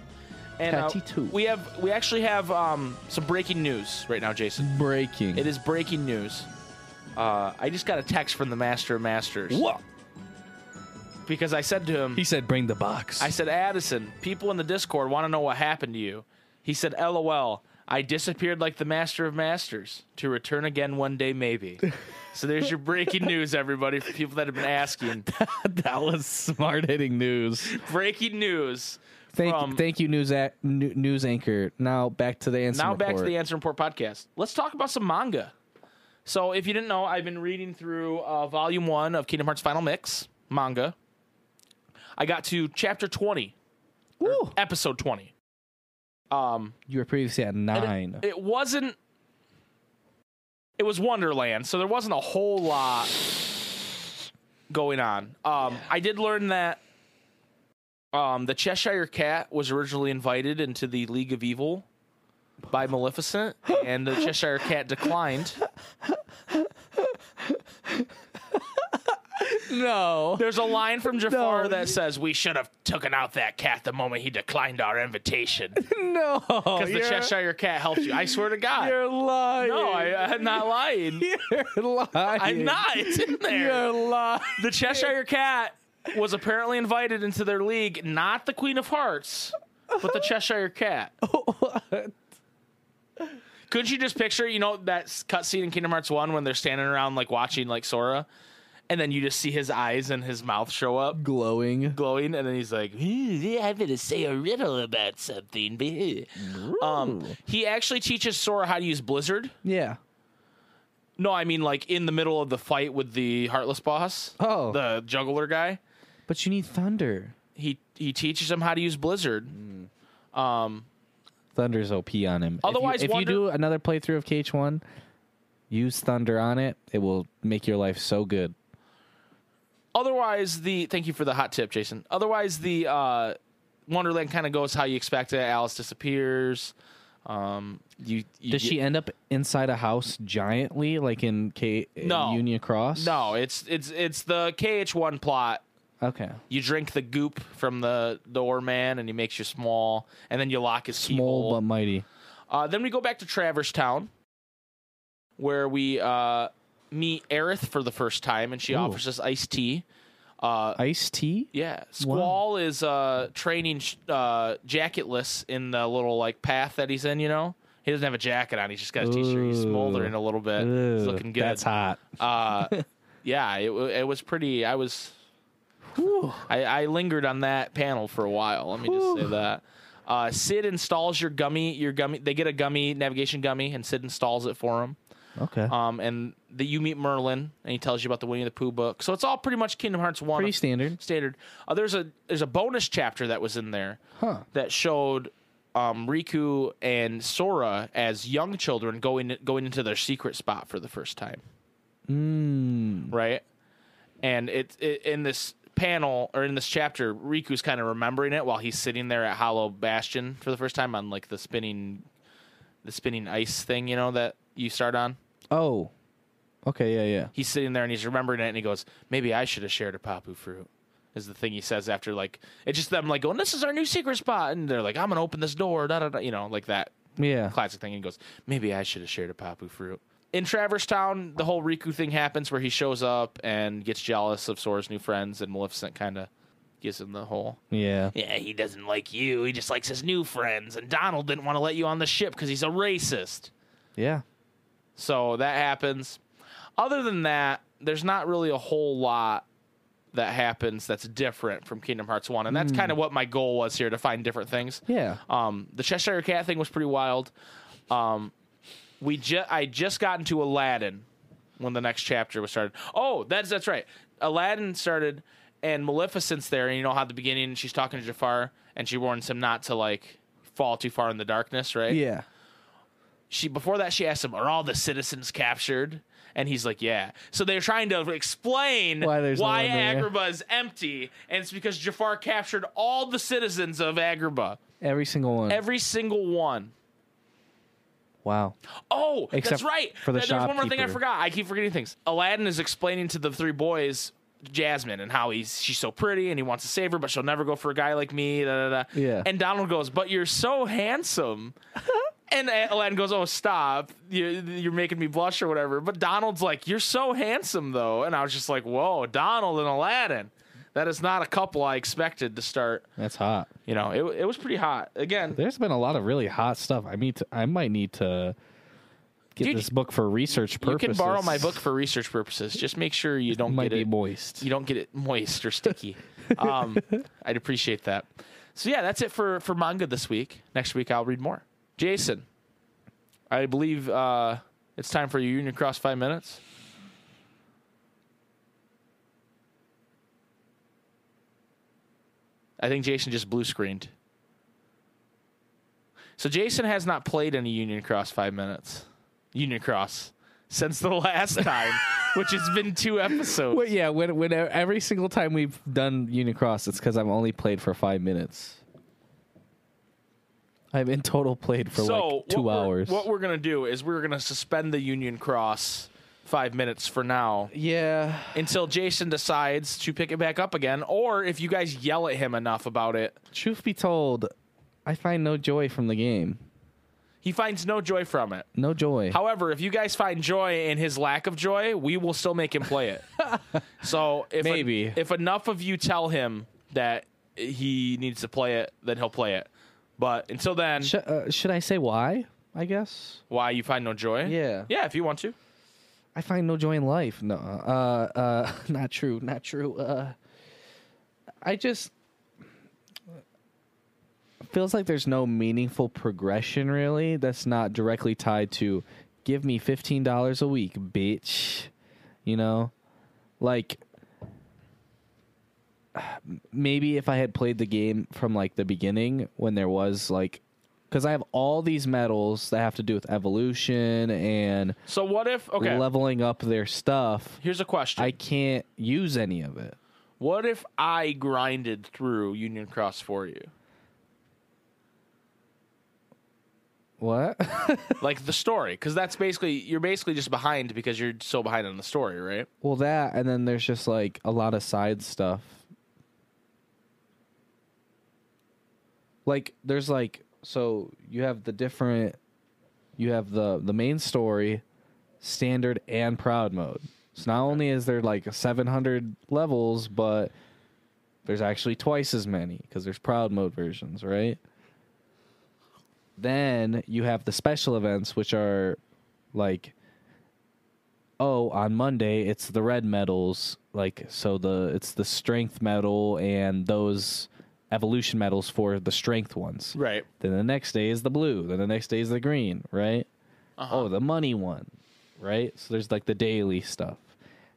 Speaker 2: And uh,
Speaker 3: 32.
Speaker 2: we have we actually have um, some breaking news right now, Jason.
Speaker 3: Breaking.
Speaker 2: It is breaking news. Uh, I just got a text from the Master of Masters
Speaker 4: What?
Speaker 2: because I said to him,
Speaker 3: He said, "Bring the box."
Speaker 2: I said, Addison, people in the Discord want to know what happened to you. He said, LOL, I disappeared like the master of masters to return again one day, maybe. so there's your breaking news, everybody, for people that have been asking.
Speaker 3: that was smart hitting news.
Speaker 2: Breaking news.
Speaker 3: Thank,
Speaker 2: from-
Speaker 3: thank you, news at, nu- news anchor. Now back to the answer.
Speaker 2: now back to
Speaker 3: report.
Speaker 2: the Answer Report podcast. Let's talk about some manga. So if you didn't know, I've been reading through uh, volume one of Kingdom Hearts Final Mix manga. I got to chapter 20,
Speaker 3: Woo.
Speaker 2: episode 20. Um,
Speaker 3: You were previously at
Speaker 2: And it-
Speaker 3: nine.
Speaker 2: It, wasn't. It was Wonderland, so there wasn't a whole lot going on. Um, I did learn that um, the Cheshire Cat was originally invited into the League of Evil by Maleficent, and the Cheshire Cat declined.
Speaker 3: no.
Speaker 2: There's a line from Jafar
Speaker 3: No.
Speaker 2: that says, "We should have taken out that cat the moment he declined our invitation
Speaker 3: No.
Speaker 2: because the Cheshire Cat helped you." I swear to God.
Speaker 3: You're lying.
Speaker 2: no, I, I'm not lying.
Speaker 3: You're lying.
Speaker 2: I'm not. It's in there.
Speaker 3: You're lying.
Speaker 2: The Cheshire Cat was apparently invited into their league, not the Queen of Hearts, but the Cheshire Cat. Couldn't you just picture, you know, that s- cutscene in Kingdom Hearts 1 when they're standing around, like, watching, like, Sora, and then you just see his eyes and his mouth show up,
Speaker 3: Glowing.
Speaker 2: glowing, and then he's like, "Hmm, I'm going to say a riddle about something. Um, he actually teaches Sora how to use Blizzard.
Speaker 3: Yeah.
Speaker 2: No, I mean, like, in the middle of the fight with the Heartless boss,
Speaker 3: Oh.
Speaker 2: the juggler guy.
Speaker 3: But you need thunder.
Speaker 2: he he teaches them how to use Blizzard.
Speaker 3: Thunder's OP on him. If you-
Speaker 2: Otherwise,
Speaker 3: if you,
Speaker 2: Wonder-
Speaker 3: do another playthrough of KH1, use thunder on it. It will make your life so good.
Speaker 2: Otherwise, the thank you for the hot tip, Jason. Otherwise, the uh, Wonderland kind of goes how you expect it. Alice disappears. Um, you, you
Speaker 3: Does she end up inside a house giantly, like in K
Speaker 2: No.
Speaker 3: Union Cross?
Speaker 2: No, it's it's it's the KH one plot.
Speaker 3: Okay.
Speaker 2: You drink the goop from the doorman, and he makes you small, and then you lock his
Speaker 3: Small
Speaker 2: keyhole.
Speaker 3: but mighty.
Speaker 2: Uh, then we go back to Traverse Town, where we uh, meet Aerith for the first time, and she
Speaker 3: Ooh.
Speaker 2: offers us iced tea. Uh,
Speaker 3: Ice tea.
Speaker 2: Yeah, Squall is uh training sh- uh jacketless in the little like path that he's in. You know, he doesn't have a jacket on. He's just got a t-shirt. He's
Speaker 3: Ooh.
Speaker 2: smoldering a little bit. he's
Speaker 3: Ooh,
Speaker 2: looking good.
Speaker 3: That's hot.
Speaker 2: Uh, yeah, it, wa- it was pretty. I was. I, I lingered on that panel for a while. Let me just say that. Uh, Sid installs your gummy. Your gummy. They get a gummy navigation gummy, and Sid installs it for him.
Speaker 3: Okay.
Speaker 2: Um, and that you meet Merlin, and he tells you about the Winnie the Pooh book. So it's all pretty much Kingdom Hearts one.
Speaker 3: Pretty standard.
Speaker 2: standard. Uh, there's a there's a bonus chapter that was in there
Speaker 3: Huh.
Speaker 2: that showed um, Riku and Sora as young children going going into their secret spot for the first time.
Speaker 3: Hmm.
Speaker 2: right? And it, it in this panel or in this chapter, Riku's kind of remembering it while he's sitting there at Hollow Bastion for the first time on like the spinning, the spinning ice thing, you know that you start on.
Speaker 3: Oh, okay, yeah, yeah.
Speaker 2: He's sitting there and he's remembering it, and he goes, "Maybe I should have shared a papu fruit." Is the thing he says after like it's just them like going, "This is our new secret spot," and they're like, "I'm gonna open this door," da da da, you know, like that
Speaker 3: Yeah.
Speaker 2: classic thing. And he goes, maybe I should have shared a papu fruit. In Traverse Town, the whole Riku thing happens where he shows up and gets jealous of Sora's new friends, and Maleficent kind of gives him the whole.
Speaker 3: Yeah.
Speaker 2: Yeah, he doesn't like you. He just likes his new friends. And Donald didn't want to let you on the ship because he's a racist.
Speaker 3: Yeah.
Speaker 2: So that happens. Other than that, there's not really a whole lot that happens that's different from Kingdom Hearts 1. And that's kind of what my goal was here to find different things.
Speaker 3: Yeah.
Speaker 2: Um, the Cheshire Cat thing was pretty wild. Um, we ju- I just got into Aladdin when the next chapter was started. Oh, that's that's right. Aladdin started, and Maleficent's there, and you know how at the beginning she's talking to Jafar, and she warns him not to like fall too far in the darkness, right?
Speaker 3: Yeah.
Speaker 2: She before that she asks him, "Are all the citizens captured?" And he's like, "Yeah." So they're trying to explain
Speaker 3: Why there's no
Speaker 2: why
Speaker 3: one there.
Speaker 2: Agrabah is empty, and it's because Jafar captured all the citizens of Agrabah,
Speaker 3: Every single one.
Speaker 2: every single one.
Speaker 3: wow.
Speaker 2: Oh, that's
Speaker 3: Except
Speaker 2: right.
Speaker 3: for the
Speaker 2: There- There's one more thing I
Speaker 3: shopkeeper.
Speaker 2: forgot. I keep forgetting things. Aladdin is explaining to the three boys Jasmine and how he's she's so pretty and he wants to save her, but she'll never go for a guy like me. Da, da, da.
Speaker 3: Yeah.
Speaker 2: And Donald goes, "But you're so handsome." and A- Aladdin goes, "Oh, stop! You're, you're making me blush or whatever." But Donald's like, "You're so handsome, though," and I was just like, "Whoa, Donald and Aladdin." That is not a couple I expected to start.
Speaker 3: That's hot.
Speaker 2: You know, it, it was pretty hot. Again,
Speaker 3: There's been a lot of really hot stuff. I mean, I might need to get
Speaker 2: Dude,
Speaker 3: this book for research purposes.
Speaker 2: You can borrow my book for research purposes. Just make sure you don't
Speaker 3: Might
Speaker 2: get
Speaker 3: be
Speaker 2: it
Speaker 3: moist.
Speaker 2: you don't get it moist or sticky. um, I'd appreciate that. So yeah, that's it for for manga this week. Next week I'll read more. Jason, I believe uh, it's time for your Union Cross five minutes. I think Jason just blue screened. So Jason has not played any Union Cross five minutes. Union Cross since the last time, which has been two episodes.
Speaker 3: Well, yeah, when, when e-, every single time we've done Unicross, it's because I've only played for five minutes. I've in total played for like two
Speaker 2: what we're-
Speaker 3: hours.
Speaker 2: what we're gonna do is we're gonna suspend the Union Cross five minutes for now
Speaker 3: yeah,
Speaker 2: until Jason decides to pick it back up again, or if you guys yell at him enough about it,
Speaker 3: truth be told, I find no joy from the game.
Speaker 2: he finds no joy from it.
Speaker 3: No joy.
Speaker 2: However, if you guys find joy in his lack of joy, we will still make him play it. so if
Speaker 3: Maybe.
Speaker 2: if enough of you tell him that he needs to play it, then he'll play it. But until then,
Speaker 3: Sh- uh, should I say why? I guess.
Speaker 2: why you find no joy?
Speaker 3: Yeah.
Speaker 2: yeah. If you want to,
Speaker 3: I find no joy in life. No, uh, uh, not true, not true. Uh, I just feels like there's no meaningful progression really. That's not directly tied to give me fifteen dollars a week, bitch. You know, like maybe if I had played the game from like the beginning when there was like. Because I have all these medals that have to do with evolution and
Speaker 2: so what if? Okay,
Speaker 3: leveling up their stuff,
Speaker 2: here's a question.
Speaker 3: I can't use any of it.
Speaker 2: What if I grinded through Union Cross for you?
Speaker 3: What?
Speaker 2: Like the story, because that's basically you're basically just behind because you're so behind on the story, right?
Speaker 3: well, that and then there's just like a lot of side stuff. Like there's like so you have the different you have the the main story, standard and proud mode. So not only is there like 700 levels, but there's actually twice as many because there's proud mode versions, right? Then you have the special events, which are like, oh, on Monday it's the red medals, like so the it's the strength medal and those evolution medals for the strength ones.
Speaker 2: Right.
Speaker 3: Then the next day is the blue. Then the next day is the green, right? Oh, the money one, right? So there's like the daily stuff.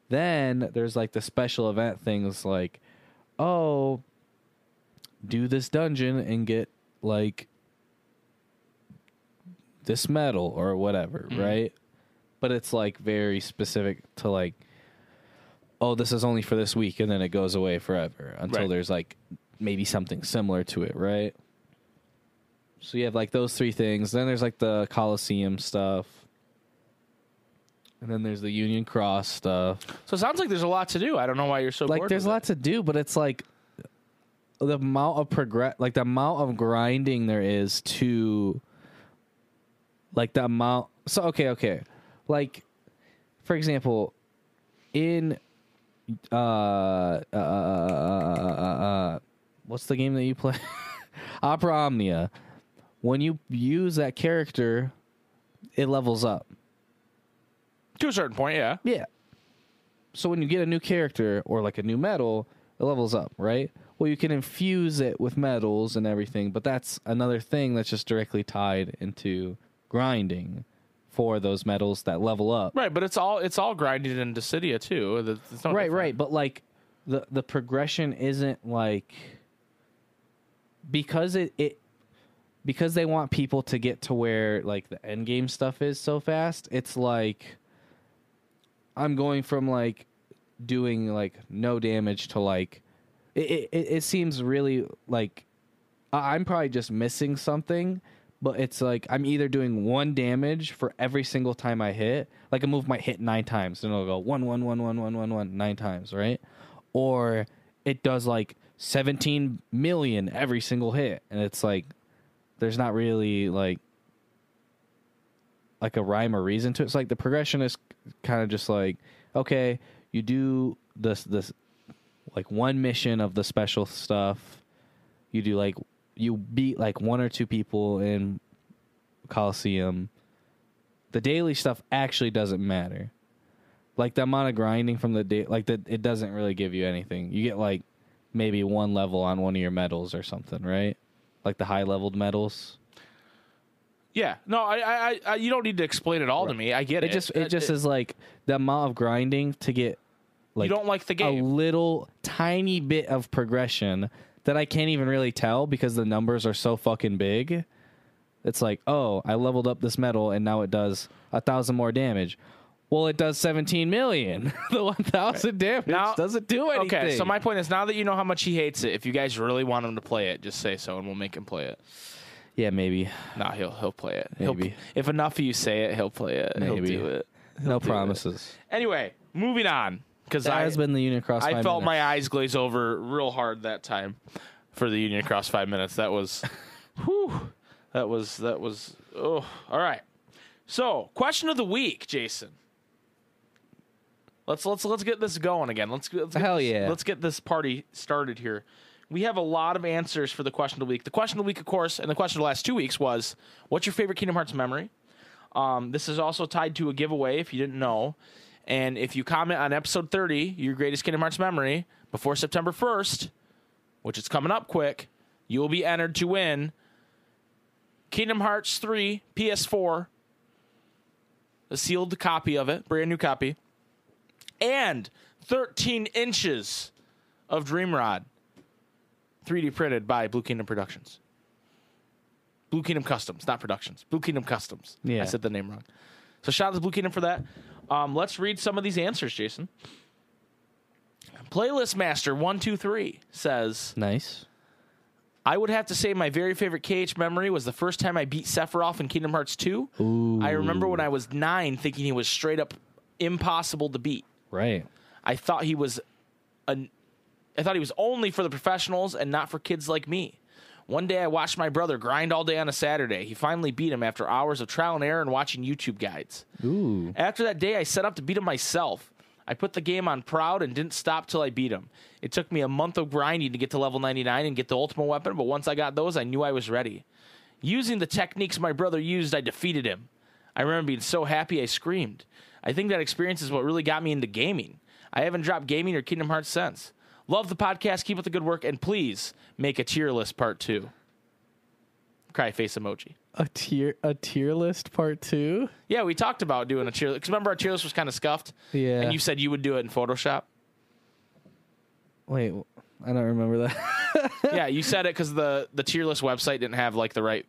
Speaker 3: Then there's like the special event things like, oh, do this dungeon and get like this medal or whatever, right? but it's like very specific to like, oh, this is only for this week, and then it goes away forever until
Speaker 2: Right.
Speaker 3: there's like maybe something similar to it, right? So you have like those three things. Then there's like the Coliseum stuff, and then there's the Union Cross stuff.
Speaker 2: So it sounds like there's a lot to do. I don't know why you're so
Speaker 3: like
Speaker 2: bored
Speaker 3: there's a
Speaker 2: with
Speaker 3: lot to do, but it's like the amount of progress, like the amount of grinding there is to, like the amount. So okay, okay, like for example, in uh uh, uh, uh, uh, uh what's the game that you play? Opera Omnia. When you use that character, it levels up.
Speaker 2: it. to a certain point. Yeah,
Speaker 3: Yeah. So when you get a new character or like a new metal, it levels up, right? Well, you can infuse it with metals and everything, but that's another thing that's just directly tied into grinding for those metals that level up.
Speaker 2: right. But it's all it's all grinded in Dissidia too. It's- it's no
Speaker 3: Right,
Speaker 2: different.
Speaker 3: right, but like the the progression isn't like because it it because they want people to get to where like the end game stuff is so fast, it's like I'm going from like doing like no damage to like it it, it it seems really like I- I'm probably just missing something, but it's like I'm either doing one damage for every single time I hit, like I move my hit nine times, and it'll go one one one one one one one nine times, right? Or it does like 17 million every single hit, and it's like there's not really like like a rhyme or reason to it. It's like the progression is kind of just like okay, you do this this like one mission of the special stuff. You do like you beat like one or two people in Coliseum. The daily stuff actually doesn't matter. Like the amount of grinding from the day, like that, it doesn't really give you anything. You get like maybe one level on one of your medals or something, right? Like the high leveled medals.
Speaker 2: Yeah. No, I, I, I- I you don't need to explain it all to me. I get it.
Speaker 3: It just it just
Speaker 2: is.
Speaker 3: is like the amount of grinding to get like
Speaker 2: you don't like the
Speaker 3: a
Speaker 2: game.
Speaker 3: little tiny bit of progression that I can't even really tell because the numbers are so fucking big. It's like, oh, I leveled up this metal and now it does a thousand more damage. Well, it does 17 million. the 1,000 damage
Speaker 2: Now-
Speaker 3: doesn't do anything.
Speaker 2: Okay, so my point is now that you know how much he hates it, if you guys really want him to play it, just say so and we'll make him play it.
Speaker 3: Yeah, maybe.
Speaker 2: Nah, he'll he'll play it. He'll-
Speaker 3: Maybe.
Speaker 2: if enough of you say it, he'll play it. He'll
Speaker 3: Maybe.
Speaker 2: do it.
Speaker 3: No promises.
Speaker 2: Anyway, moving on because
Speaker 3: That
Speaker 2: I
Speaker 3: has been the Union Cross.
Speaker 2: I
Speaker 3: five
Speaker 2: felt my
Speaker 3: minutes.
Speaker 2: eyes glaze over real hard that time for the Union Cross five minutes. That was, whew, that was that was. Oh, all right. So, question of the week, Jason. Let's let's let's get this going again. Let's, let's get
Speaker 3: Hell
Speaker 2: this-
Speaker 3: yeah.
Speaker 2: Let's get this party started here. We have a lot of answers for the question of the week. The question of the week, of course, and the question of the last two weeks was, "What's your favorite Kingdom Hearts memory?" Um, this is also tied to a giveaway if you didn't know. And if you comment on episode 30, your greatest Kingdom Hearts memory, before September 1st, which is coming up quick, you will be entered to win Kingdom Hearts 3 PS4, a sealed copy of it, brand new copy, and 13 inches of Dream Rod, 3D printed by Blue Kingdom Productions. Blue Kingdom Customs, not Productions. Blue Kingdom Customs.
Speaker 3: Yeah.
Speaker 2: I said the name wrong. So shout out to Blue Kingdom for that. Um, let's read some of these answers, Jason. Playlist Master 123 says,
Speaker 3: Nice.
Speaker 2: I would have to say my very favorite KH memory was the first time I beat Sephiroth in Kingdom Hearts 2. I remember when I was nine thinking he was straight up impossible to beat.
Speaker 3: Right.
Speaker 2: I thought he was an I thought he was only for the professionals and not for kids like me. One day I watched my brother grind all day on a Saturday. He finally beat him after hours of trial and error and watching YouTube guides.
Speaker 3: Ooh.
Speaker 2: After that day, I set up to beat him myself. I put the game on proud and didn't stop till I beat him. It took me a month of grinding to get to level 99 and get the ultimate weapon, but once I got those, I knew I was ready. Using the techniques my brother used, I defeated him. I remember being so happy I screamed. I think that experience is what really got me into gaming. I haven't dropped gaming or Kingdom Hearts since. Love the podcast, keep up the good work, and please make a tier list part two. Cry face emoji.
Speaker 3: A tier a tier list part two.
Speaker 2: Yeah, we talked about doing a cheer because remember our cheer list was kind of scuffed.
Speaker 3: Yeah.
Speaker 2: And you said you would do it in Photoshop.
Speaker 3: Wait, I don't remember that.
Speaker 2: yeah, you said it because the the tier list website didn't have like the right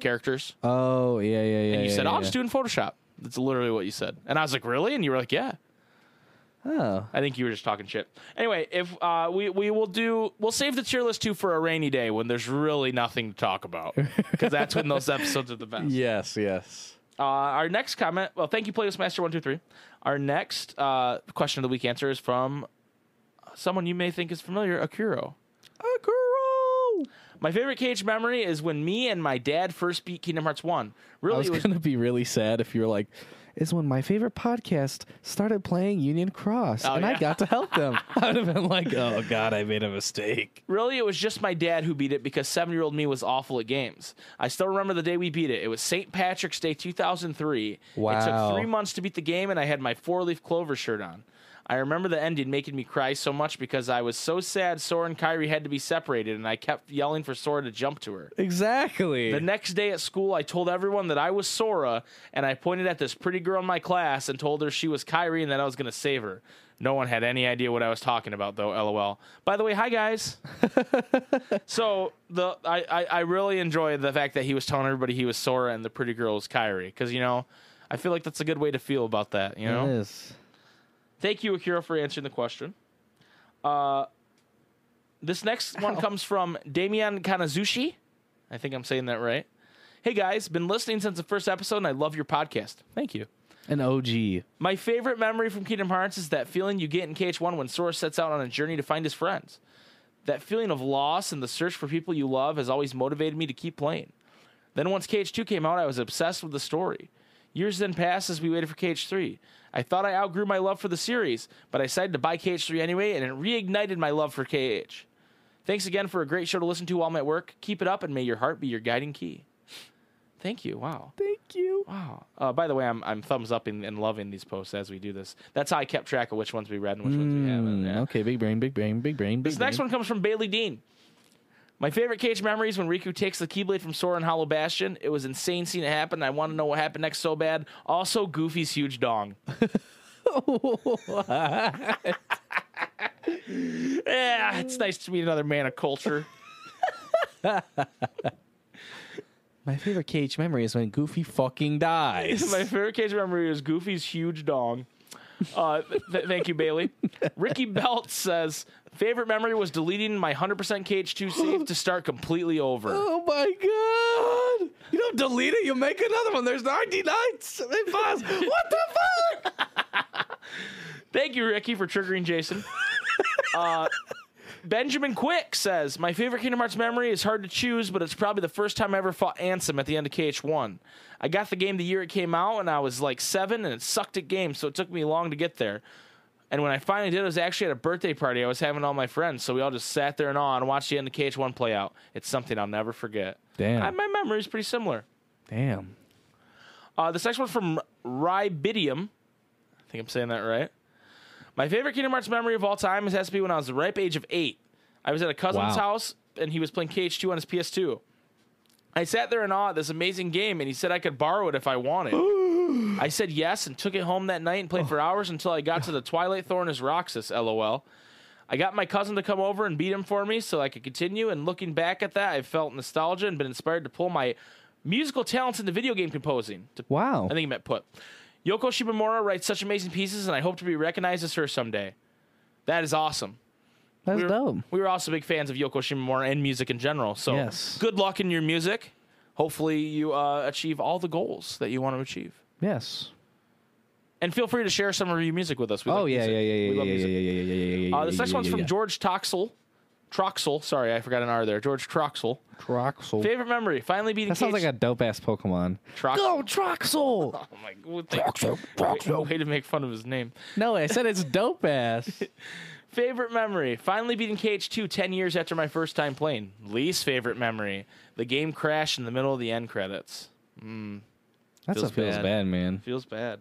Speaker 2: characters,
Speaker 3: Oh yeah yeah yeah.
Speaker 2: and you
Speaker 3: yeah,
Speaker 2: said
Speaker 3: yeah,
Speaker 2: I'll
Speaker 3: yeah.
Speaker 2: just do it in Photoshop. That's literally what you said. And I was like, really? And you were like, yeah.
Speaker 3: Oh,
Speaker 2: I think you were just talking shit. Anyway, if uh, we we will do, we'll save the tier list too for a rainy day when there's really nothing to talk about, because that's when those episodes are the best.
Speaker 3: yes, yes.
Speaker 2: Uh, our next comment. Well, thank you, Playlist Master One Two Three. Our next uh, question of the week answer is from someone you may think is familiar, Akuro. Akuro. My favorite cage memory is when me and my dad first beat Kingdom Hearts One.
Speaker 3: I
Speaker 2: Really,
Speaker 3: was
Speaker 2: it was
Speaker 3: gonna be really sad if you were like, "Is when my favorite podcast started playing Union Cross, and
Speaker 2: Oh, yeah.
Speaker 3: I got to help them." I'd have been like, "Oh God, I made a mistake."
Speaker 2: Really, it was just my dad who beat it because seven year old me was awful at games. I still remember the day we beat it. It was St. Patrick's Day 2003. It
Speaker 3: Wow.
Speaker 2: took three months to beat the game, and I had my four leaf clover shirt on. I remember the ending making me cry so much because I was so sad Sora and Kyrie had to be separated, and I kept yelling for Sora to jump to her.
Speaker 3: Exactly.
Speaker 2: The next day at school, I told everyone that I was Sora, and I pointed at this pretty girl in my class and told her she was Kyrie and that I was going to save her. No one had any idea what I was talking about, though. LOL. By the way, hi guys. so the I, I I really enjoy the fact that he was telling everybody he was Sora and the pretty girl was Kyrie because you know I feel like that's a good way to feel about that. You know.
Speaker 3: It is.
Speaker 2: Thank you, Akira, for answering the question. Uh, this next one comes from Damian Kanazushi. I think I'm saying that right. Hey guys, been listening since the first episode and I love your podcast. Thank you.
Speaker 3: an OG.
Speaker 2: My favorite memory from Kingdom Hearts is that feeling you get in KH1 when Sora sets out on a journey to find his friends. That feeling of loss and the search for people you love has always motivated me to keep playing. Then once KH2 came out, I was obsessed with the story. Years then passed as we waited for KH3. I thought I outgrew my love for the series, but I decided to buy KH3 anyway, and it reignited my love for KH. Thanks again for a great show to listen to while I'm at work. Keep it up, and may your heart be your guiding key. Thank you. Wow.
Speaker 3: Thank you.
Speaker 2: Wow. Uh, by the way, I'm I'm thumbs up and, and loving these posts as we do this. That's how I kept track of which ones we read and which ones we haven't. yeah.
Speaker 3: Mm, Okay, big brain, big brain, big brain. Big
Speaker 2: This next one comes from Bailey Dean. My favorite cage memory is when Riku takes the Keyblade from Sora and Hollow Bastion. It was insane seeing it happen. I want to know what happened next so bad. Also, Goofy's huge dong. yeah, it's nice to meet another man of culture.
Speaker 3: My favorite cage memory is when Goofy fucking dies.
Speaker 2: My favorite cage memory is Goofy's huge dong. Uh, th- th- thank you, Bailey. Ricky Belt says favorite memory was deleting my 100% cage 2 save to start completely over.
Speaker 3: oh my god! You don't delete it. You make another one. There's 99 files. What the fuck?
Speaker 2: Thank you, Ricky, for triggering Jason. Uh, Benjamin Quick says my favorite Kingdom Hearts memory is hard to choose, but it's probably the first time I ever fought Ansem at the end of KH1. I got the game the year it came out, and I was like seven, and it sucked at games, so it took me long to get there. And when I finally did, it was actually at a birthday party I was having with all my friends, so we all just sat there in awe and watched the end of KH1 play out. It's something I'll never forget.
Speaker 3: Damn.
Speaker 2: I, my memory is pretty similar.
Speaker 3: Damn.
Speaker 2: Uh, this next one's from Rybidium. I think I'm saying that right. My favorite Kingdom Hearts memory of all time has to be when I was the ripe age of eight. I was at a cousin's
Speaker 3: Wow.
Speaker 2: house and he was playing KH2 on his PS2. I sat there in awe at this amazing game and he said I could borrow it if I wanted. I said yes and took it home that night and played for hours until I got to the Twilight Thorn as Roxas, lol. I got my cousin to come over and beat him for me so I could continue. And looking back at that, I felt nostalgia and been inspired to pull my musical talents into video game composing. To
Speaker 3: Wow.
Speaker 2: I think he meant put. Yoko Shibamura writes such amazing pieces, and I hope to be recognized as her someday. That is awesome.
Speaker 3: That's
Speaker 2: We were,
Speaker 3: dope.
Speaker 2: we were also big fans of Yoko Shimomura and music in general. So
Speaker 3: Yes.
Speaker 2: good luck in your music. Hopefully you uh, achieve all the goals that you want to achieve.
Speaker 3: Yes.
Speaker 2: And feel free to share some of your music with us. We
Speaker 3: Oh
Speaker 2: love
Speaker 3: yeah,
Speaker 2: music.
Speaker 3: yeah, yeah,
Speaker 2: We
Speaker 3: yeah,
Speaker 2: love
Speaker 3: yeah, yeah,
Speaker 2: music.
Speaker 3: yeah, yeah, yeah, yeah.
Speaker 2: Uh, this next
Speaker 3: yeah,
Speaker 2: one's
Speaker 3: yeah,
Speaker 2: from
Speaker 3: yeah.
Speaker 2: George Troxel. Troxel, sorry, I forgot an R there. George Troxel.
Speaker 3: Troxel.
Speaker 2: Favorite memory: finally beating.
Speaker 3: That sounds like a dope ass Pokemon.
Speaker 2: Troxel.
Speaker 3: Go Troxel!
Speaker 2: Oh my god! Troxel, Way, way to make fun of his name.
Speaker 3: no, I said it's dope ass.
Speaker 2: Favorite memory. Finally beating KH2 10 years after my first time playing. Least favorite memory. The game crashed in the middle of the end credits.
Speaker 3: That's
Speaker 2: Feels
Speaker 3: what feels
Speaker 2: bad.
Speaker 3: bad, man.
Speaker 2: Feels bad.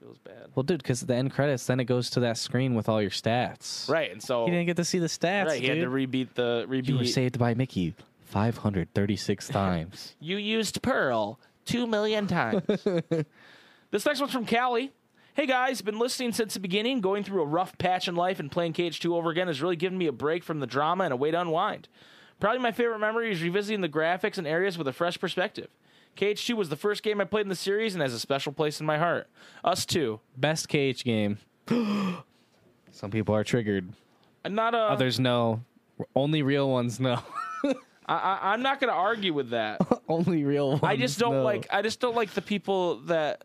Speaker 2: Feels bad.
Speaker 3: Well, dude, because the end credits, then it goes to that screen with all your stats.
Speaker 2: Right, and so
Speaker 3: He didn't get to see the stats.
Speaker 2: right, he had
Speaker 3: dude.
Speaker 2: to rebeat the
Speaker 3: you
Speaker 2: rebeat.
Speaker 3: were
Speaker 2: You,
Speaker 3: saved by Mickey 536 times.
Speaker 2: used Pearl 2 million times. this next one's from Callie. Hey guys, been listening since the beginning. Going through a rough patch in life and playing KH2 over again has really given me a break from the drama and a way to unwind. Probably my favorite memory is revisiting the graphics and areas with a fresh perspective. KH2 was the first game I played in the series and has a special place in my heart. Us too.
Speaker 3: Best KH game. Some people are triggered.
Speaker 2: I'm not uh, a. Others.
Speaker 3: Others know. Only real ones know.
Speaker 2: I, I, I'm not going to argue with that.
Speaker 3: Only real ones.
Speaker 2: I just don't
Speaker 3: know.
Speaker 2: like. I just don't like the people that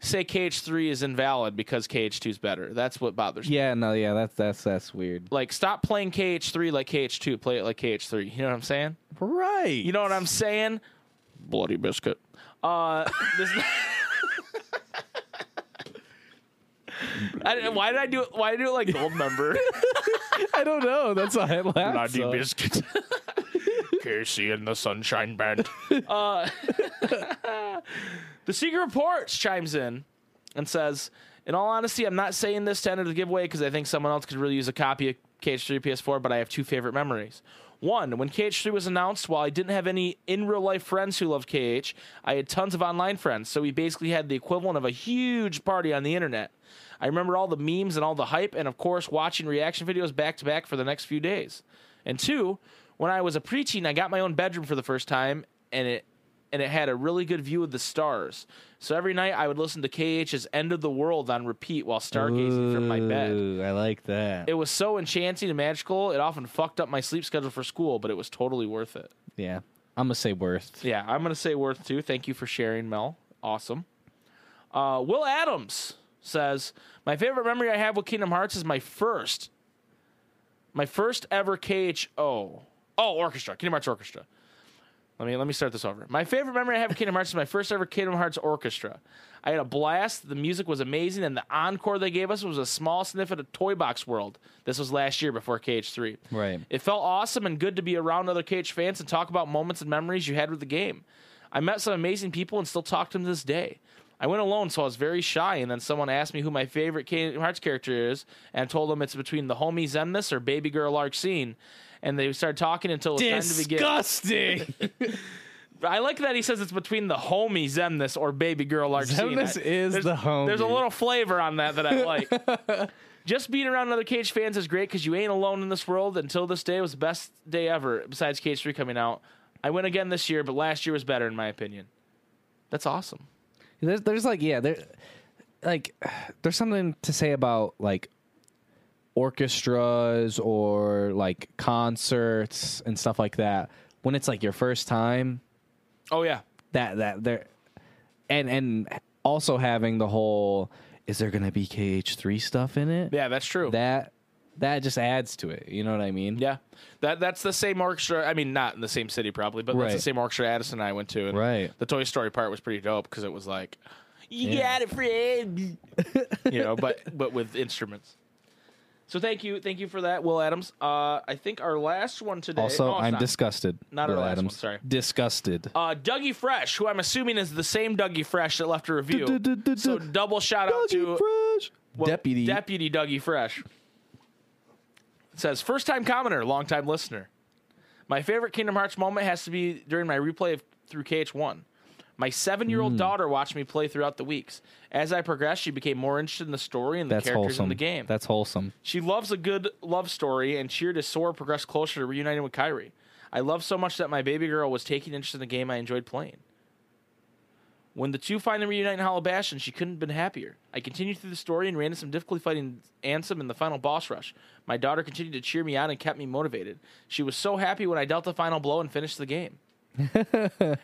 Speaker 2: say KH3 is invalid because KH2 is better. That's what bothers me.
Speaker 3: Yeah, no, yeah, that's that's that's weird.
Speaker 2: Like, stop playing KH3 like KH2. Play it like KH3. You know what I'm saying?
Speaker 3: Right.
Speaker 2: You know what I'm saying? Bloody biscuit. Uh, this. I don't- why did I do it? Why did I do it like gold member?
Speaker 3: I don't know. That's why I laughed.
Speaker 2: Bloody
Speaker 3: so.
Speaker 2: biscuit. Casey and the Sunshine Band. Uh, the Secret Reports chimes in and says, "In all honesty, I'm not saying this to enter the giveaway because I think someone else could really use a copy of KH3 PS4, but I have two favorite memories." One, when KH3 was announced, while I didn't have any in real life friends who loved KH, I had tons of online friends, so we basically had the equivalent of a huge party on the internet. I remember all the memes and all the hype, and of course, watching reaction videos back to back for the next few days. And two, when I was a preteen, I got my own bedroom for the first time, and it and it had a really good view of the stars. So every night I would listen to KH's End of the World on repeat while stargazing from my bed.
Speaker 3: Ooh, I like that.
Speaker 2: It was so enchanting and magical. It often fucked up my sleep schedule for school, but it was totally worth it.
Speaker 3: yeah. I'm gonna say worth.
Speaker 2: Yeah, I'm gonna say worth too. Thank you for sharing, Mel. Awesome. Uh, Will Adams says my favorite memory I have with Kingdom Hearts is my first, my first ever KHO. Oh, orchestra, Kingdom Hearts orchestra. Let me let me start this over. My favorite memory I have of Kingdom Hearts is my first ever Kingdom Hearts orchestra. I had a blast. The music was amazing, and the encore they gave us was a small snippet of Toy Box World. This was last year before KH3.
Speaker 3: Right.
Speaker 2: It felt awesome and good to be around other KH fans and talk about moments and memories you had with the game. I met some amazing people and still talk to them to this day. I went alone, so I was very shy, and then someone asked me who my favorite Kingdom Hearts character is, and I told them it's between the homie Zenmus or baby girl Arxene. And they started talking until it was time to begin.
Speaker 3: Disgusting.
Speaker 2: I like that he says it's between the homie Zemnis or baby girl Arxene.
Speaker 3: Zemnis
Speaker 2: I-
Speaker 3: is
Speaker 2: there's-
Speaker 3: the homie.
Speaker 2: There's a little flavor on that that I like. Just being around other Cage fans is great because you ain't alone in this world. Until this day was the best day ever. Besides Cage Three coming out, I went again this year, but last year was better in my opinion. That's awesome.
Speaker 3: There's, there's like yeah, there, like there's something to say about like orchestras or like concerts and stuff like that. When it's like your first time,
Speaker 2: Oh yeah,
Speaker 3: that that there, and and also having the whole is there gonna be KH three stuff in it?
Speaker 2: yeah, that's true.
Speaker 3: That that just adds to it. You know what I mean?
Speaker 2: yeah, that that's the same orchestra. I mean, not in the same city probably, but that's
Speaker 3: Right.
Speaker 2: the same orchestra Addison and I went to. And
Speaker 3: Right.
Speaker 2: The Toy Story part was pretty dope because it was like, you got it, friend. you know, but but with instruments. So thank you, thank you for that, Will Adams. Uh, I think our last one today.
Speaker 3: Also,
Speaker 2: no, it's
Speaker 3: I'm
Speaker 2: not.
Speaker 3: disgusted.
Speaker 2: Not our
Speaker 3: Will
Speaker 2: last
Speaker 3: Adams.
Speaker 2: one, sorry.
Speaker 3: disgusted.
Speaker 2: Uh, Dougie Fresh, who I'm assuming is the same Dougie Fresh that left a review. So double shout out to well,
Speaker 3: Deputy.
Speaker 2: Deputy Dougie Fresh. It says first time commenter, long time listener. My favorite Kingdom Hearts moment has to be during my replay of, through KH1. My seven-year-old
Speaker 3: Hmm.
Speaker 2: daughter watched me play throughout the weeks. As I progressed, she became more interested in the story and the
Speaker 3: That's
Speaker 2: characters
Speaker 3: wholesome.
Speaker 2: in the game.
Speaker 3: That's wholesome.
Speaker 2: She loves a good love story and cheered as Sora progressed closer to reuniting with Kyrie. I love so much that my baby girl was taking interest in the game I enjoyed playing. When the two finally reunite in Hollow Bastion, she couldn't have been happier. I continued through the story and ran into some difficulty fighting Ansem in the final boss rush. My daughter continued to cheer me on and kept me motivated. She was so happy when I dealt the final blow and finished the game.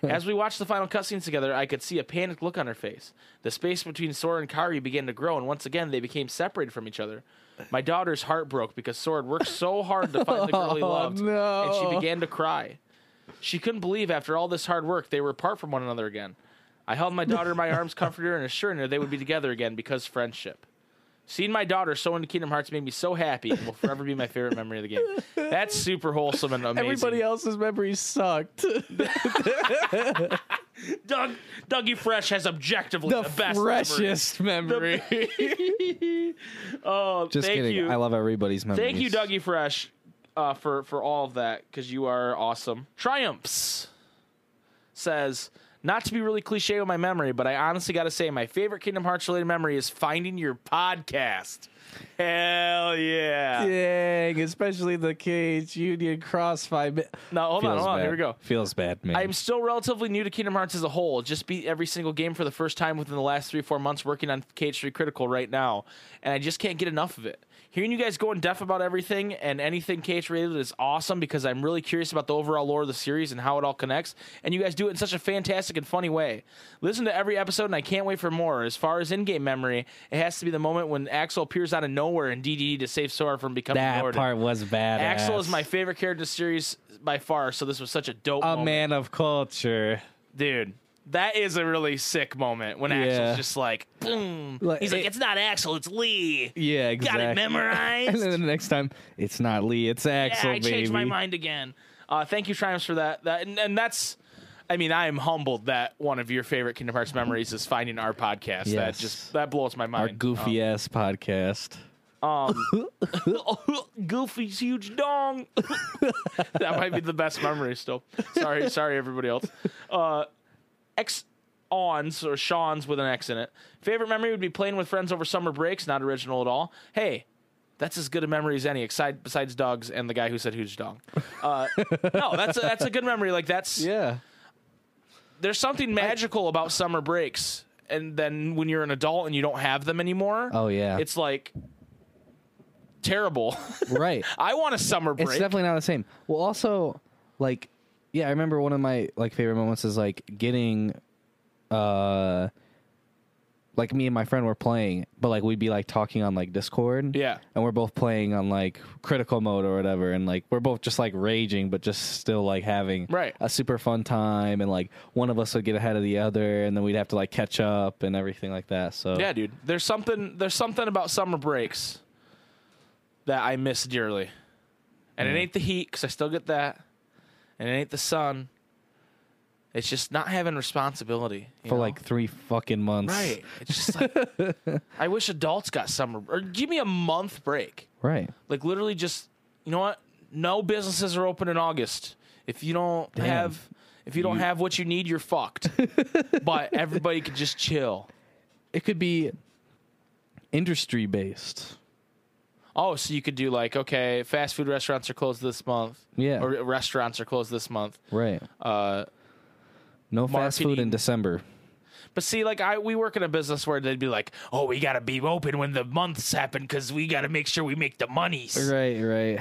Speaker 2: As we watched the final cutscenes together, I could see a panicked look on her face. The space between Sora and Kairi began to grow, and once again, they became separated from each other. My daughter's heart broke because Sora had worked so hard to find the girl he loved, and she
Speaker 3: no.
Speaker 2: began to cry. She couldn't believe after all this hard work they were apart from one another again. I held my daughter in my arms, comforted her, and assured her they would be together again because friendship. Seeing my daughter so into Kingdom Hearts made me so happy and will forever be my favorite memory of the game. That's super wholesome and amazing.
Speaker 3: Everybody else's memories sucked.
Speaker 2: Doug, Dougie Fresh has objectively the,
Speaker 3: the
Speaker 2: best
Speaker 3: freshest memory.
Speaker 2: memory. oh,
Speaker 3: Just
Speaker 2: thank
Speaker 3: kidding.
Speaker 2: you,
Speaker 3: I love everybody's memories.
Speaker 2: thank you, Dougie Fresh, uh, for for all of that because you are awesome. Triumphs says Not to be really cliche with my memory, but I honestly got to say my favorite Kingdom Hearts related memory is finding your podcast. Hell yeah.
Speaker 3: Dang, especially the KH Union Cross five. mi-
Speaker 2: No, hold on,
Speaker 3: Feels
Speaker 2: hold on.
Speaker 3: bad.
Speaker 2: Here we go.
Speaker 3: Feels bad, man.
Speaker 2: I'm still relatively new to Kingdom Hearts as a whole. Just beat every single game for the first time within the last three, four months working on KH3 Critical right now. And I just can't get enough of it. Hearing you guys going deaf about everything and anything KH related is awesome because I'm really curious about the overall lore of the series and how it all connects. And you guys do it in such a fantastic and funny way. Listen to every episode and I can't wait for more. As far as in game memory, it has to be the moment when Axel appears out of nowhere in DDD to save Sora from becoming
Speaker 3: that
Speaker 2: Norden.
Speaker 3: part was bad.
Speaker 2: Axel is my favorite character in the series by far, so this was such a dope
Speaker 3: a
Speaker 2: moment
Speaker 3: man of culture.
Speaker 2: dude that is a really sick moment when
Speaker 3: Yeah.
Speaker 2: axel's just like boom
Speaker 3: Like,
Speaker 2: he's like
Speaker 3: it-
Speaker 2: it's not axel it's lee
Speaker 3: Yeah,
Speaker 2: got
Speaker 3: exactly.
Speaker 2: it
Speaker 3: And
Speaker 2: memorized
Speaker 3: then the next time, it's not Lee, it's
Speaker 2: yeah,
Speaker 3: Axel,
Speaker 2: i
Speaker 3: baby.
Speaker 2: changed my mind again uh, thank you triumphs for that, that and, and that's i mean i am humbled that one of your favorite kingdom hearts memories is finding our podcast that
Speaker 3: Yes.
Speaker 2: just that blows my mind
Speaker 3: Our goofy
Speaker 2: Oh.
Speaker 3: ass podcast.
Speaker 2: Goofy's huge dong. that might be the best memory still. Sorry, sorry, everybody else. Uh, X ons or Sean's with an X in it. Favorite memory would be playing with friends over summer breaks. Not original at all. Hey, that's as good a memory as any, exci- besides dogs and the guy who said huge dong. Uh, no, that's a, that's a good memory. Like that's
Speaker 3: Yeah.
Speaker 2: there's something magical about summer breaks. And then when you're an adult and you don't have them anymore,
Speaker 3: Oh, yeah.
Speaker 2: it's like terrible.
Speaker 3: right.
Speaker 2: I want a summer break.
Speaker 3: It's definitely not the same. Well, also, like, yeah, I remember one of my like favorite moments is like getting, uh, like me and my friend were playing, but like we'd be like talking on like Discord,
Speaker 2: Yeah.
Speaker 3: and we're both playing on like critical mode or whatever, and like we're both just like raging, but just still like having
Speaker 2: Right.
Speaker 3: a super fun time, and like one of us would get ahead of the other, and then we'd have to like catch up and everything like that. So
Speaker 2: yeah, dude. There's something there's something about summer breaks that I miss dearly. And it ain't the heat cuz I still get that. And it ain't the sun. It's just not having responsibility you
Speaker 3: for
Speaker 2: know?
Speaker 3: like three fucking months,
Speaker 2: right. It's just like I wish adults got summer or give me a month break.
Speaker 3: Right.
Speaker 2: Like literally just you know what? No businesses are open in August. If you don't have if you don't have what you need, you're fucked. but everybody could just chill.
Speaker 3: It could be industry based.
Speaker 2: Oh, so you could do like, okay, fast food restaurants are closed this month.
Speaker 3: Yeah.
Speaker 2: Or restaurants are closed this month.
Speaker 3: Right.
Speaker 2: Uh,
Speaker 3: No fast food
Speaker 2: marketing.
Speaker 3: in December.
Speaker 2: but see, like I, we work in a business where they'd be like, oh, we gotta be open when the months happen because we gotta make sure we make the monies.
Speaker 3: Right, right.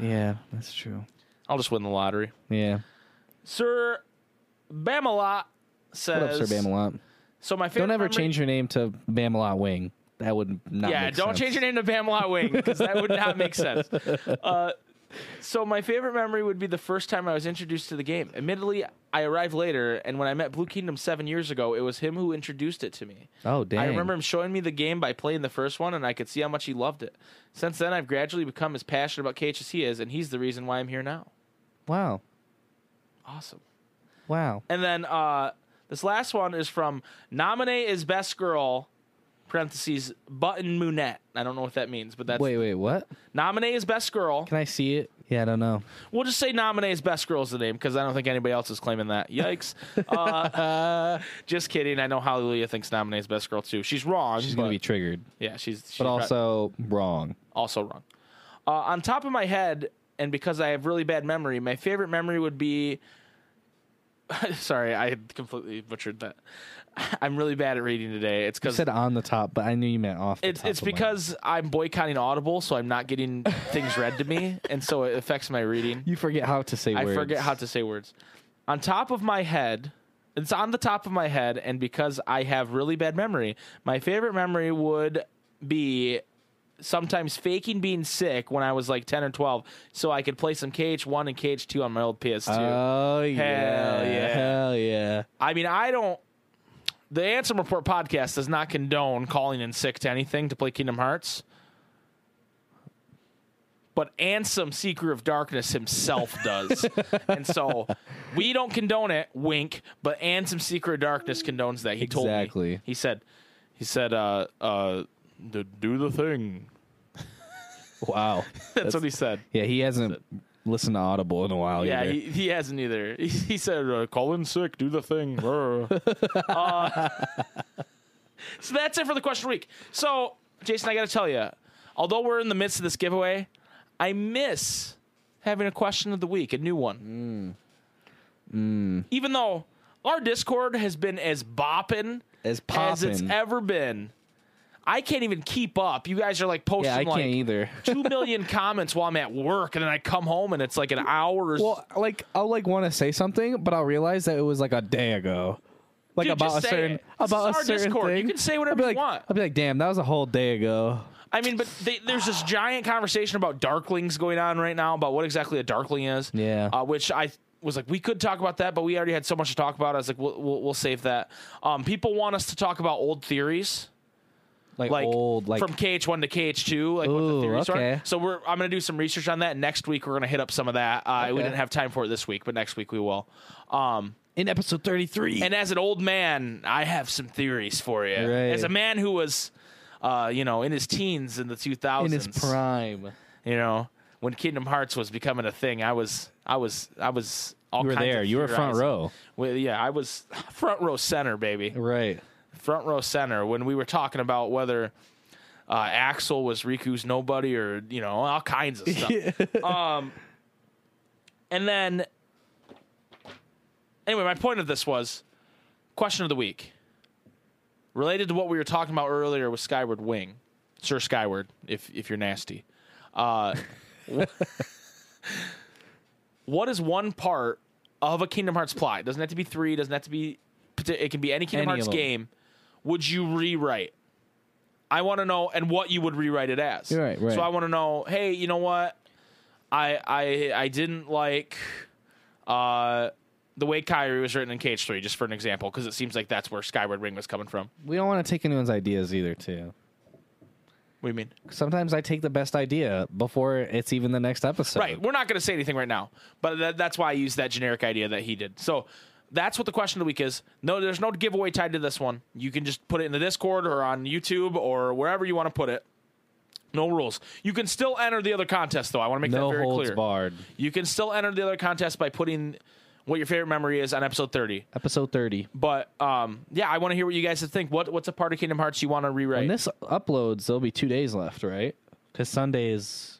Speaker 3: Yeah, that's true.
Speaker 2: I'll just win the lottery.
Speaker 3: Yeah.
Speaker 2: Sir Bamalot says.
Speaker 3: What up, Sir Bamalot?
Speaker 2: So my favorite.
Speaker 3: Don't ever
Speaker 2: memory-
Speaker 3: change your name to Bamalot Wing. That would not.
Speaker 2: Yeah,
Speaker 3: make
Speaker 2: don't
Speaker 3: sense.
Speaker 2: change your name to Bamalot Wing because that would not make sense. Uh, so my favorite memory would be the first time I was introduced to the game. Admittedly, I arrived later, and when I met Blue Kingdom seven years ago, it was him who introduced it to me.
Speaker 3: Oh, dang.
Speaker 2: I remember him showing me the game by playing the first one, and I could see how much he loved it. Since then, I've gradually become as passionate about KH as he E is, and he's the reason why I'm here now.
Speaker 3: Wow.
Speaker 2: Awesome.
Speaker 3: Wow.
Speaker 2: And then uh, this last one is from Nominate is Best Girl, parentheses, Button Moonette. I don't know what that means, but that's
Speaker 3: Wait, wait, what?
Speaker 2: Nominee is best girl.
Speaker 3: Can I see it? Yeah, I don't know.
Speaker 2: We'll just say nominee is best girl is the name because I don't think anybody else is claiming that. Yikes! uh, just kidding. I know Hallelujah thinks nominee is best girl too. She's wrong.
Speaker 3: She's gonna
Speaker 2: but-
Speaker 3: be triggered,
Speaker 2: yeah. She's, she's
Speaker 3: but
Speaker 2: pro-
Speaker 3: also wrong.
Speaker 2: also wrong. Uh, on top of my head, and because I have really bad memory, my favorite memory would be. Sorry, I had completely butchered that. I'm really bad at reading today. It's
Speaker 3: You
Speaker 2: because
Speaker 3: said on the top, but I knew you meant off. The
Speaker 2: it's
Speaker 3: top
Speaker 2: it's
Speaker 3: of my-
Speaker 2: because I'm boycotting Audible, so I'm not getting things read to me, and so it affects my reading.
Speaker 3: you forget how to say
Speaker 2: I
Speaker 3: words.
Speaker 2: forget how to say words. On top of my head, it's on the top of my head, and because I have really bad memory, my favorite memory would be sometimes faking being sick when I was like 10 or 12 so I could play some KH1 and KH2 on my old PS2.
Speaker 3: Oh yeah.
Speaker 2: yeah.
Speaker 3: Hell yeah.
Speaker 2: I mean, I don't. The Ansem Report podcast does not condone calling in sick to anything to play Kingdom Hearts. But Ansem, Seeker of Darkness himself does. and so we don't condone it, wink, but Ansem, Seeker of Darkness condones that. He told me.
Speaker 3: Exactly.
Speaker 2: He said, he said, uh, uh, d- do the thing.
Speaker 3: Wow.
Speaker 2: That's, what he said.
Speaker 3: Yeah, he hasn't listened to Audible in a while.
Speaker 2: Yeah,
Speaker 3: either.
Speaker 2: he, he hasn't either. He, he said, uh, "Call in sick, do the thing." Uh, so that's it for the question of the week. So, Jason, I got to tell you, although we're in the midst of this giveaway, I miss having a question of the week, a new one.
Speaker 3: Mm.
Speaker 2: Even though our Discord has been as bopping
Speaker 3: as
Speaker 2: as it's
Speaker 3: popping.
Speaker 2: ever been, I can't even keep up. You guys are like posting
Speaker 3: Yeah, I
Speaker 2: like
Speaker 3: can't either.
Speaker 2: two million comments while I'm at work, and then I come home and it's like an hour. Or
Speaker 3: Well, like I'll like want to say something, but I'll realize that it was like a day ago. Like
Speaker 2: Dude,
Speaker 3: about
Speaker 2: just
Speaker 3: a
Speaker 2: say
Speaker 3: certain
Speaker 2: it. This
Speaker 3: about
Speaker 2: is
Speaker 3: a
Speaker 2: our
Speaker 3: certain
Speaker 2: Discord. You
Speaker 3: thing.
Speaker 2: can say
Speaker 3: I'll
Speaker 2: whatever
Speaker 3: be
Speaker 2: you
Speaker 3: like-
Speaker 2: want.
Speaker 3: I'll be like, damn, that was a whole day ago.
Speaker 2: I mean, but they, there's this giant conversation about darklings going on right now about what exactly a darkling is.
Speaker 3: Yeah.
Speaker 2: Uh, which I was like, we could talk about that, but we already had so much to talk about. I was like, we'll we'll, we'll save that. Um, people want us to talk about old theories.
Speaker 3: Like,
Speaker 2: Like,
Speaker 3: old, like
Speaker 2: from KH1 to KH2, like what the
Speaker 3: Ooh,
Speaker 2: theories
Speaker 3: okay.
Speaker 2: are. So we're I'm gonna do some research on that. Next week we're gonna hit up some of that. Uh, We
Speaker 3: Okay.
Speaker 2: didn't have time for it this week, but next week we will. Um,
Speaker 3: in episode thirty three.
Speaker 2: and as an old man, I have some theories for you.
Speaker 3: Right.
Speaker 2: As a man who was, uh, you know, in his teens in the 2000s,
Speaker 3: In his prime,
Speaker 2: you know, when Kingdom Hearts was becoming a thing, I was, I was, I was. All
Speaker 3: you were
Speaker 2: kinds
Speaker 3: there.
Speaker 2: Of
Speaker 3: You were front
Speaker 2: theorizing.
Speaker 3: row,
Speaker 2: Well, yeah, I was front row center, baby.
Speaker 3: right?
Speaker 2: Front row center when we were talking about whether uh, Axel was Riku's nobody or you know all kinds of stuff. um, and then anyway, my point of this was question of the week related to what we were talking about earlier with Skyward Wing, Sir Skyward, if if you're nasty. Uh, wh- what is one part of a Kingdom Hearts plot? It doesn't have to be three. It doesn't have to be. parti- It can be any Kingdom
Speaker 3: Any
Speaker 2: Hearts
Speaker 3: of 'em.
Speaker 2: game. Would you rewrite? I want to know and what you would rewrite it as.
Speaker 3: Right, right.
Speaker 2: So I want to know. Hey, you know what? I I I didn't like. Uh, the way Kyrie was written in Cage Three, just for an example, because it seems like that's where Skyward Ring was coming from.
Speaker 3: We don't want to take anyone's ideas either, too.
Speaker 2: What do you mean?
Speaker 3: Sometimes I take the best idea before it's even the next episode.
Speaker 2: Right. We're not going to say anything right now, but that, that's why I used that generic idea that he did. So that's what the question of the week is. No, there's no giveaway tied to this one. You can just put it in the Discord or on YouTube or wherever you want to put it. No rules. You can still enter the other contest, though. I want to make
Speaker 3: No
Speaker 2: that very
Speaker 3: holds
Speaker 2: clear.
Speaker 3: barred.
Speaker 2: You can still enter the other contest by putting what your favorite memory is on episode 30.
Speaker 3: Episode thirty.
Speaker 2: But um, yeah, I want to hear what you guys think. What what's a part of Kingdom Hearts you want to rewrite?
Speaker 3: When this uploads, there'll be two days left, right? Because Sunday is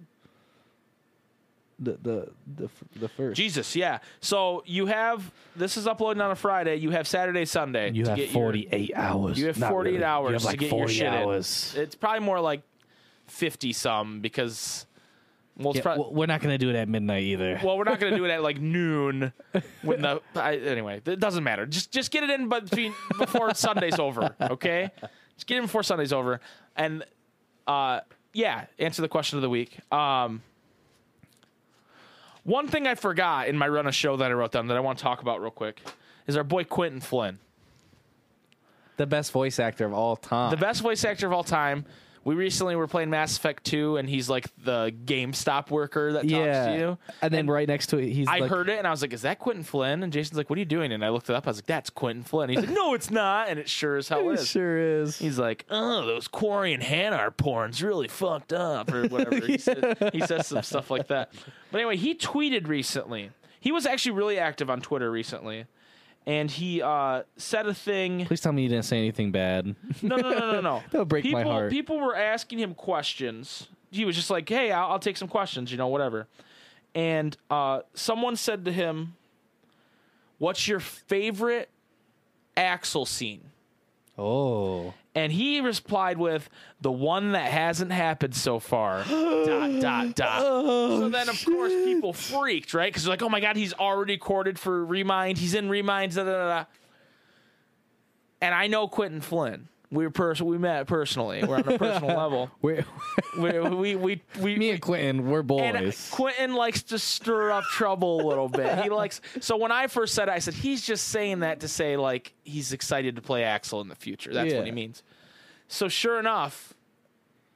Speaker 3: the the the, f- the first.
Speaker 2: Jesus, yeah. So you have this is uploading on a Friday. You have Saturday, Sunday.
Speaker 4: You
Speaker 2: to
Speaker 4: have
Speaker 2: get your-
Speaker 4: 48 hours.
Speaker 2: you have
Speaker 4: Not
Speaker 2: 48
Speaker 4: really.
Speaker 2: hours
Speaker 4: You have
Speaker 2: to
Speaker 4: like
Speaker 2: get
Speaker 4: 40
Speaker 2: your shit in.
Speaker 4: hours.
Speaker 2: It's probably more like 50 some because well, it's
Speaker 3: Yeah,
Speaker 2: prob-
Speaker 3: w- we're not gonna do it at midnight either.
Speaker 2: well, we're not going to do it at like noon when the I, anyway, it doesn't matter. Just just get it in between before Sunday's over, okay? Just get it in before Sunday's over and uh yeah, answer the question of the week. Um one thing I forgot in my run of show that I wrote down that I want to talk about real quick is our boy Quentin Flynn.
Speaker 3: the best voice actor of all time.
Speaker 2: the best voice actor of all time. We recently were playing Mass Effect 2, and he's like the GameStop worker that talks
Speaker 3: yeah.
Speaker 2: to you.
Speaker 3: And then right next to it, he's.
Speaker 2: I
Speaker 3: like,
Speaker 2: heard it, and I was like, "Is that Quentin Flynn?" And Jason's like, "What are you doing?" And I looked it up. I was like, "That's Quentin Flynn." He's like, "No, it's not," and it sure as hell
Speaker 3: It
Speaker 2: is.
Speaker 3: sure is.
Speaker 2: He's like, "Oh, those Quarry and Hanar porns really fucked up," or whatever. he, says, he says some stuff like that. But anyway, he tweeted recently. He was actually really active on Twitter recently, and he uh, said a thing.
Speaker 3: Please tell me you didn't say anything bad.
Speaker 2: No, no, no, no, no.
Speaker 3: That'll break my
Speaker 2: people,
Speaker 3: heart.
Speaker 2: People were asking him questions. He was just like, "Hey, I'll, I'll take some questions," you know, whatever. And uh, someone said to him, "What's your favorite Axel scene?"
Speaker 3: oh,
Speaker 2: And he replied with, "The one that hasn't happened so far." dot dot dot.
Speaker 3: Oh.
Speaker 2: so then, of course, people freaked, right? Because like, "Oh my God, he's already recorded for Remind. He's in Reminds." Da, da, da, da. And I know Quentin Flynn. We were pers- we met personally. We're on a personal level.
Speaker 3: we're,
Speaker 2: We we we, we
Speaker 3: me and Quentin, we're boys.
Speaker 2: and uh, Quentin likes to stir up trouble a little bit. He likes so when I first said it, I said he's just saying that to say like he's excited to play Axel in the future. That's
Speaker 3: Yeah.
Speaker 2: what he means. So sure enough,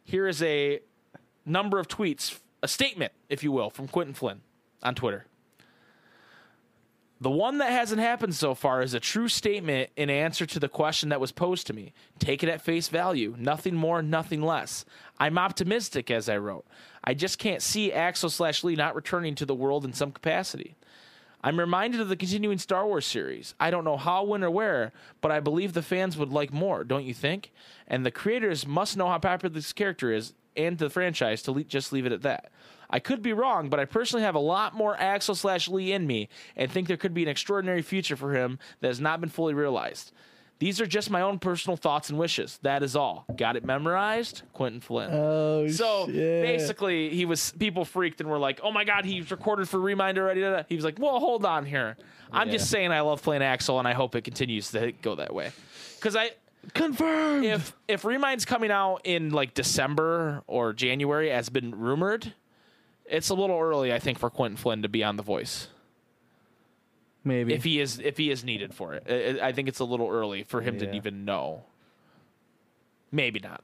Speaker 2: here is a number of tweets, a statement, if you will, from Quentin Flynn on Twitter. The one that hasn't happened so far is a true statement in answer to the question that was posed to me. Take it at face value, nothing more, nothing less. I'm optimistic, as I wrote. I just can't see Axel slash Lee not returning to the world in some capacity. I'm reminded of the continuing Star Wars series. I don't know how, when, or where, but I believe the fans would like more, don't you think? And the creators must know how popular this character is and the franchise to le- just leave it at that. I could be wrong, but I personally have a lot more Axel slash Lee in me and think there could be an extraordinary future for him that has not been fully realized. These are just my own personal thoughts and wishes. That is all. Got it memorized? Quentin Flynn.
Speaker 3: Oh,
Speaker 2: So basically, he was people freaked and were like, "Oh my god, he's recorded for Remind already." da, da." He was like, "Well, hold on here. I'm just saying I love playing Axel, and I hope it continues to go that way." Because I,
Speaker 3: confirmed.
Speaker 2: if if Remind's coming out in like December or January, as been rumored, it's a little early, I think, for Quentin Flynn to be on The Voice
Speaker 3: Maybe.
Speaker 2: if he is if he is needed for it. I, I think it's a little early for him
Speaker 3: Yeah.
Speaker 2: to even know. Maybe not.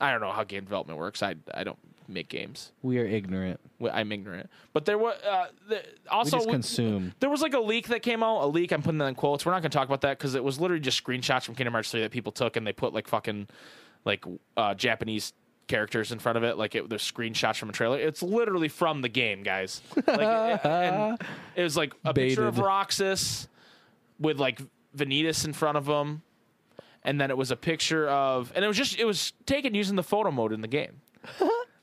Speaker 2: I don't know how game development works. I I don't make games.
Speaker 3: we are ignorant.
Speaker 2: Well, I'm ignorant. But there was uh, the,
Speaker 3: We
Speaker 2: also
Speaker 3: just
Speaker 2: w-
Speaker 3: consume.
Speaker 2: there was like a leak that came out. A leak. I'm putting that in quotes. We're not going to talk about that because it was literally just screenshots from Kingdom Hearts 3 that people took and they put like fucking like uh, Japanese characters in front of it. Like it, there's screenshots from a trailer. It's literally from the game, guys. Like, and it was like a picture of
Speaker 3: Baited.
Speaker 2: Roxas with like Vanitas in front of him, and then it was a picture of, and it was just it was taken using the photo mode in the game.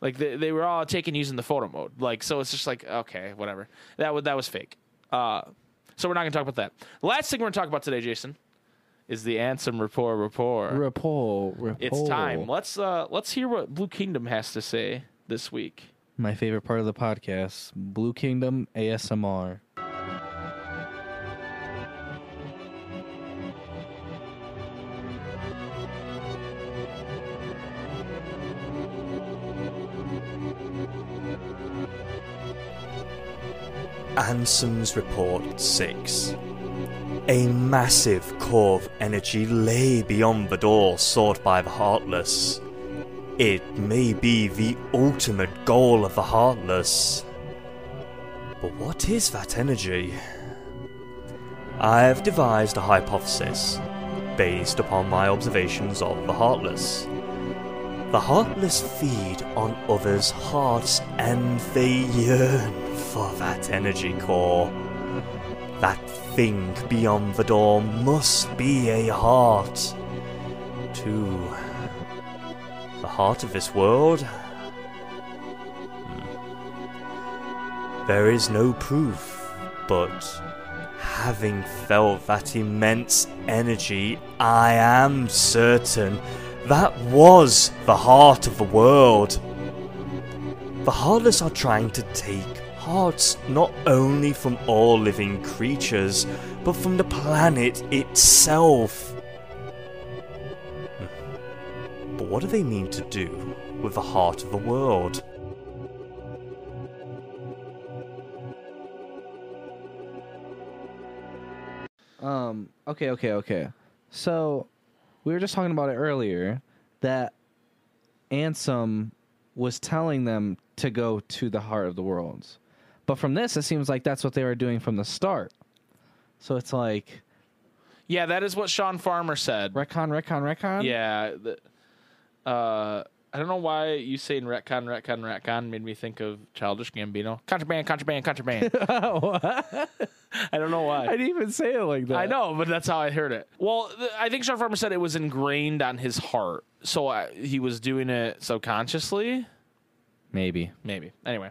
Speaker 2: Like they, they were all taken using the photo mode. Like so, it's just like okay, whatever. That was that was fake. Uh, so we're not gonna talk about that. Last thing we're gonna talk about today, Jason, is the Ansem rapport rapport.
Speaker 3: Rapole. Rapole.
Speaker 2: it's time. Let's uh let's hear what Blue Kingdom has to say this week.
Speaker 3: My favorite part of the podcast, Blue Kingdom ASMR.
Speaker 5: Ansem's Report 6. A massive core of energy lay beyond the door sought by the Heartless. It may be the ultimate goal of the Heartless. But what is that energy? I have devised a hypothesis based upon my observations of the Heartless. The heartless feed on others' hearts and they yearn for that energy core. That thing beyond the door must be a heart. To the heart of this world? Hmm. There is no proof, but having felt that immense energy, I am certain that was the heart of the world. The Heartless are trying to take hearts not only from all living creatures, but from the planet itself. Hmm. But what do they mean to do with the heart of the world?
Speaker 3: Um. Okay. Okay. Okay. So, we were just talking about it earlier that Ansem was telling them to go to the heart of the worlds, but from this, it seems like that's what they were doing from the start. So it's like
Speaker 2: Yeah, that is what Sean Farmer said.
Speaker 3: retcon, retcon, retcon.
Speaker 2: Yeah. The, uh, I don't know why you saying retcon, retcon, retcon made me think of Childish Gambino. Contraband, contraband, contraband. I don't know why.
Speaker 3: I didn't even say it like that.
Speaker 2: I know, but that's how I heard it. Well, th- I think Sean Farmer said it was ingrained on his heart, so I, he was doing it subconsciously.
Speaker 3: Maybe.
Speaker 2: Maybe. Anyway,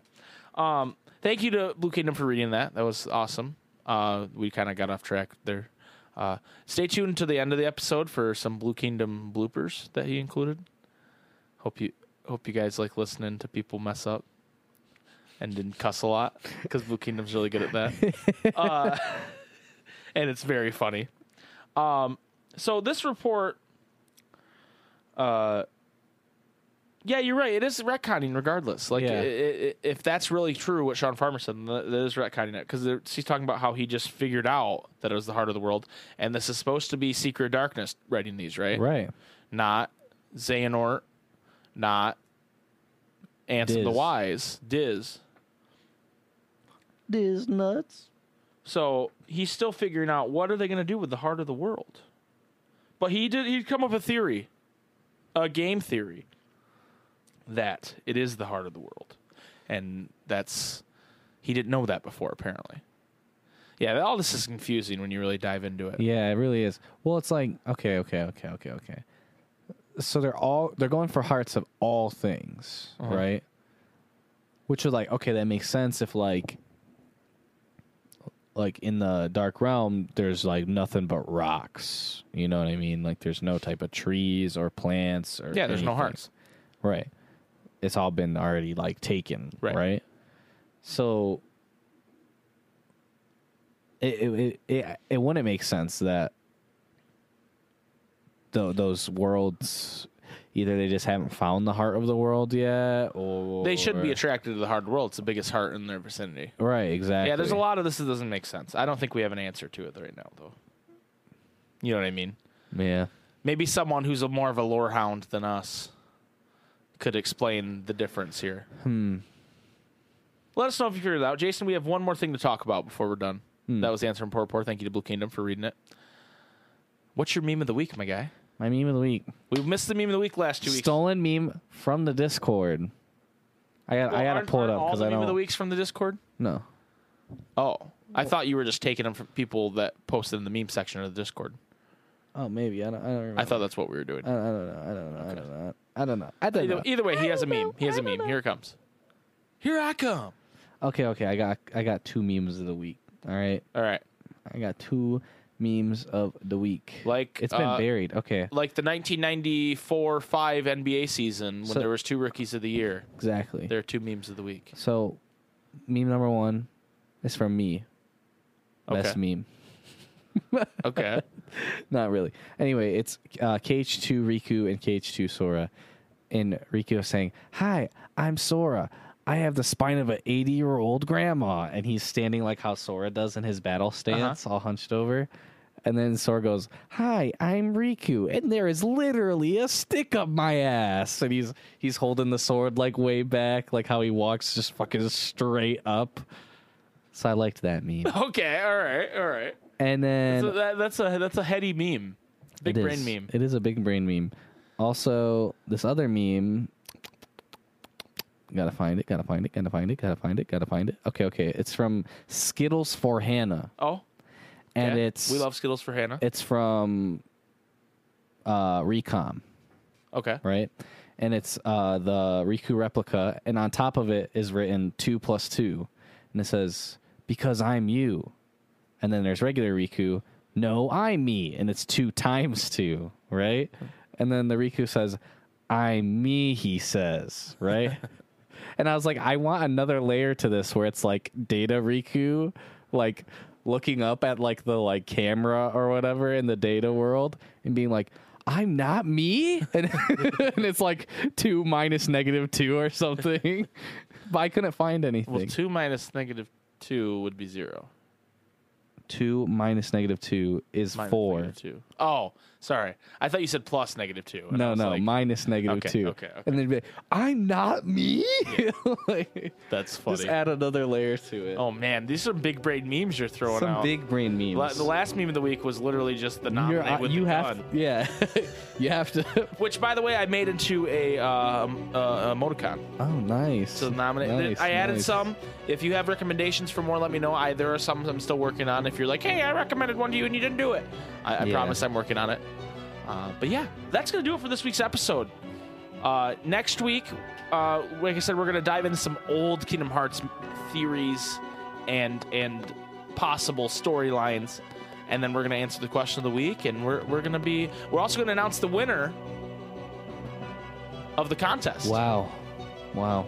Speaker 2: um, thank you to Blue Kingdom for reading that. That was awesome. Uh, we kind of got off track there. Uh, stay tuned to the end of the episode for some Blue Kingdom bloopers that he included. Hope you hope you guys like listening to people mess up and didn't cuss a lot because Blue Kingdom's really good at that, uh, and it's very funny. Um, so this report, uh, yeah, you're right. It is retconning, regardless. Like,
Speaker 3: Yeah.
Speaker 2: i- i- i- if that's really true, what Sean Farmer said, then that that is retconning it because she's talking about how he just figured out that it was the heart of the world, and this is supposed to be Secret Darkness writing these, right?
Speaker 3: Right.
Speaker 2: Not Xehanort, not Ansem the
Speaker 3: Diz.
Speaker 2: Wise, Diz.
Speaker 3: These nuts.
Speaker 2: So he's still figuring out what are they going to do with the heart of the world. But he did. He'd come up with a theory, a game theory, that it is the heart of the world, and that's he didn't know that before apparently. Yeah, all this is confusing when you really dive into it.
Speaker 3: Yeah, it really is. Well, it's like okay, okay, okay, okay, okay. So they're all they're going for hearts of all things, right? Which is like okay, that makes sense if like like in the dark realm there's like nothing but rocks. You know what I mean? Like there's no type of trees or plants or
Speaker 2: Yeah, there's no
Speaker 3: anything.
Speaker 2: hearts.
Speaker 3: Right. It's all been already like taken.
Speaker 2: Right.
Speaker 3: Right. So it it, it it it wouldn't make sense that tho- those worlds either they just haven't found the heart of the world yet or
Speaker 2: They should be attracted to the hard world. It's the biggest heart in their vicinity.
Speaker 3: right exactly
Speaker 2: Yeah, there's a lot of this that doesn't make sense. I don't think we have an answer to it right now, though. You know what I mean?
Speaker 3: yeah
Speaker 2: Maybe someone who's a more of a lore hound than us could explain the difference here. Hmm. Let us know if you figured it out. Jason, we have one more thing to talk about before we're done.
Speaker 3: Hmm.
Speaker 2: That was the answer from Poor Poor. Thank you to Blue Kingdom for reading it. What's your meme of the week, my guy?
Speaker 3: my meme of the week
Speaker 2: We missed the meme of the week last two weeks.
Speaker 3: stolen meme from the Discord I got
Speaker 2: Well,
Speaker 3: I gotta
Speaker 2: aren't-
Speaker 3: pull it
Speaker 2: aren't
Speaker 3: up
Speaker 2: all
Speaker 3: because
Speaker 2: the
Speaker 3: I
Speaker 2: meme
Speaker 3: don't
Speaker 2: of the weeks from the Discord.
Speaker 3: no
Speaker 2: Oh, I thought you were just taking them from people that posted in the meme section of the Discord.
Speaker 3: oh maybe I don't I don't remember.
Speaker 2: I thought that's what we were doing.
Speaker 3: I don't know. I don't know. I don't know. I don't know. I don't
Speaker 2: Either,
Speaker 3: know.
Speaker 2: either way, he has a meme. He has a meme. Here it comes. Here I come.
Speaker 3: Okay, okay. I got I got two memes of the week. All right.
Speaker 2: All right.
Speaker 3: I got two memes of the week.
Speaker 2: Like,
Speaker 3: it's been
Speaker 2: uh,
Speaker 3: buried. Okay.
Speaker 2: Like the 1994-5 NBA season when
Speaker 3: So-
Speaker 2: there was two rookies of the year.
Speaker 3: Exactly.
Speaker 2: There are two memes of the week.
Speaker 3: So, meme number one is from me. Best
Speaker 2: Okay.
Speaker 3: meme.
Speaker 2: Okay.
Speaker 3: Not really. Anyway, it's uh, KH2 Riku and KH2 Sora. And Riku is saying, Hi, I'm Sora. I have the spine of an 80 year old grandma. And he's standing like how Sora does in his battle stance, all hunched over. And then Sora goes, Hi, I'm Riku. And there is literally a stick up my ass. And he's he's holding the sword like way back, like how he walks just fucking straight up. So I liked that meme.
Speaker 2: okay. All right. All right.
Speaker 3: And then
Speaker 2: So that, that's a that's a heady meme. Big
Speaker 3: It
Speaker 2: brain
Speaker 3: is.
Speaker 2: meme.
Speaker 3: It is a big brain meme. Also, this other meme. Gotta find it. Gotta find it. Gotta find it. Gotta find it. Gotta find it. Okay, okay. It's from Skittles for Hannah,
Speaker 2: Oh.
Speaker 3: and
Speaker 2: okay.
Speaker 3: it's
Speaker 2: we love Skittles for Hannah.
Speaker 3: it's from uh, Recom,
Speaker 2: okay.
Speaker 3: right? And it's uh, the Riku replica, and on top of it is written two plus two, and it says because I'm you, and then there's regular Riku. No, I'm me, and it's two times two, right? And then the Riku says, "I'm me," he says, right? and I was like, I want another layer to this where it's like Data Riku, like looking up at like the like camera or whatever in the data world and being like. I'm not me, and, and it's like two minus negative two or something. but I couldn't find anything.
Speaker 2: Well, two minus negative two would be zero.
Speaker 3: two minus negative two is
Speaker 2: Minus
Speaker 3: four.
Speaker 2: negative two. Oh, sorry. I thought you said plus negative two. and I
Speaker 3: No,
Speaker 2: was
Speaker 3: no,
Speaker 2: like,
Speaker 3: minus negative
Speaker 2: Okay,
Speaker 3: two.
Speaker 2: okay, okay.
Speaker 3: And then be like, I'm not me. like,
Speaker 2: that's funny.
Speaker 3: just add another layer to it.
Speaker 2: Oh man, these are big brain memes you're throwing
Speaker 3: Some
Speaker 2: out.
Speaker 3: big brain memes.
Speaker 2: La- the last meme of the week was literally just the
Speaker 3: You're- uh,
Speaker 2: nominee with
Speaker 3: you
Speaker 2: the
Speaker 3: have,
Speaker 2: gun,
Speaker 3: yeah, you have to.
Speaker 2: which by the way I made into a um, uh, emoticon.
Speaker 3: Oh, nice.
Speaker 2: So nominate.
Speaker 3: Nice,
Speaker 2: I added
Speaker 3: nice.
Speaker 2: some. If you have recommendations for more, let me know. I there are some I'm still working on. If you're like, hey, I recommended one to you and you didn't do it, I, I
Speaker 3: Yeah.
Speaker 2: promise I'm working on it. Uh, but yeah, that's gonna do it for this week's episode. Uh, next week, uh, like I said, we're gonna dive into some old Kingdom Hearts m- theories and and possible storylines, and then we're gonna answer the question of the week, and we're we're gonna be we're also gonna announce the winner of the contest
Speaker 3: Wow, wow.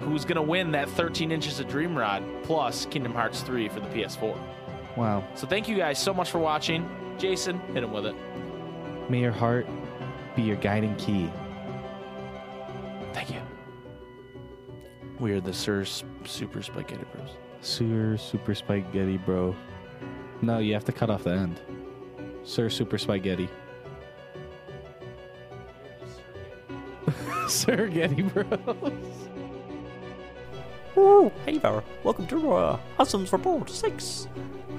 Speaker 2: who's going to win that 13 inches of Dream Rod plus Kingdom Hearts 3 for the PS4.
Speaker 3: Wow.
Speaker 2: So thank you guys so much for watching. Jason, hit him with it.
Speaker 3: May your heart be your guiding key.
Speaker 2: Thank you. We are the Sir S- Super Spaghetti Bros.
Speaker 3: Sir Super Spaghetti, bro. No, you have to cut off the end. Sir Super Spaghetti. Sir Getty Bros.
Speaker 5: Ooh, hey there. Welcome to uh, Hudson's Report 6.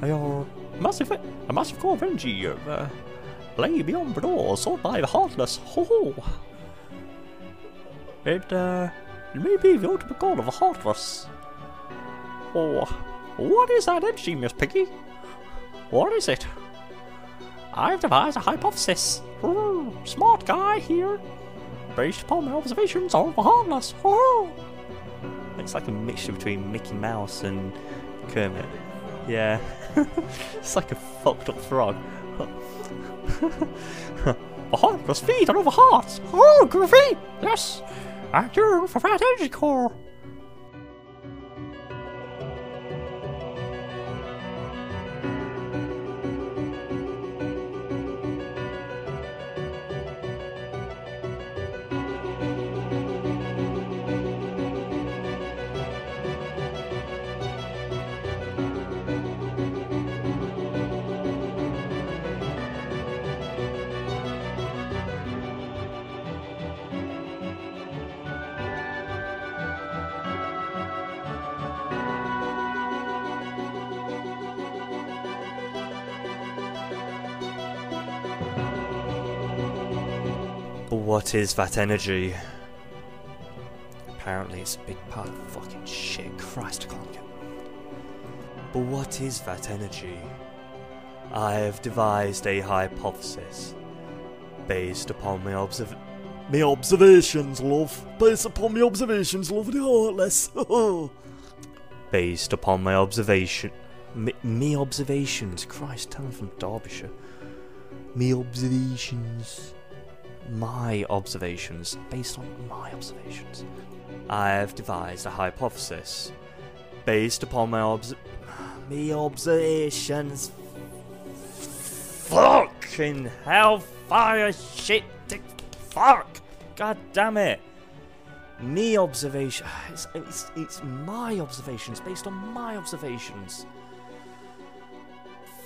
Speaker 5: Your massive, a massive core of energy uh, lay beyond the door, sought by the heartless. Ho ho! It, uh, may be the ultimate goal of a heartless. Oh, what is that energy, Miss Piggy? What is it? I've devised a hypothesis. Ooh, smart guy here. Based upon my observations of the heartless. Ooh. It's like a mixture between Mickey Mouse and Kermit. Yeah. it's like a fucked up frog. the heartless feet are over hearts. Oh, groovy! Yes! I do for that energy core. But what is that energy? Apparently, it's a big part of fucking shit. Christ, I can't get. But what is that energy? I have devised a hypothesis based upon my observ. My observations, love. Based upon my observations, love the heartless. based upon my observation. Me, me observations. Christ, tell me from Derbyshire. Me observations my observations, based on my observations, I have devised a hypothesis based upon my obs- me observations. Fucking hellfire shit! Dick, fuck! God damn it! Me observation. It's, it's, it's my observations based on my observations.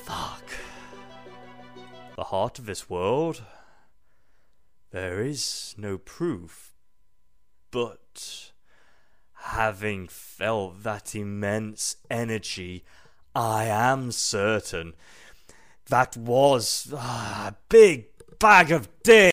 Speaker 5: Fuck. The heart of this world there is no proof, but having felt that immense energy, I am certain that was ah, a big bag of dick.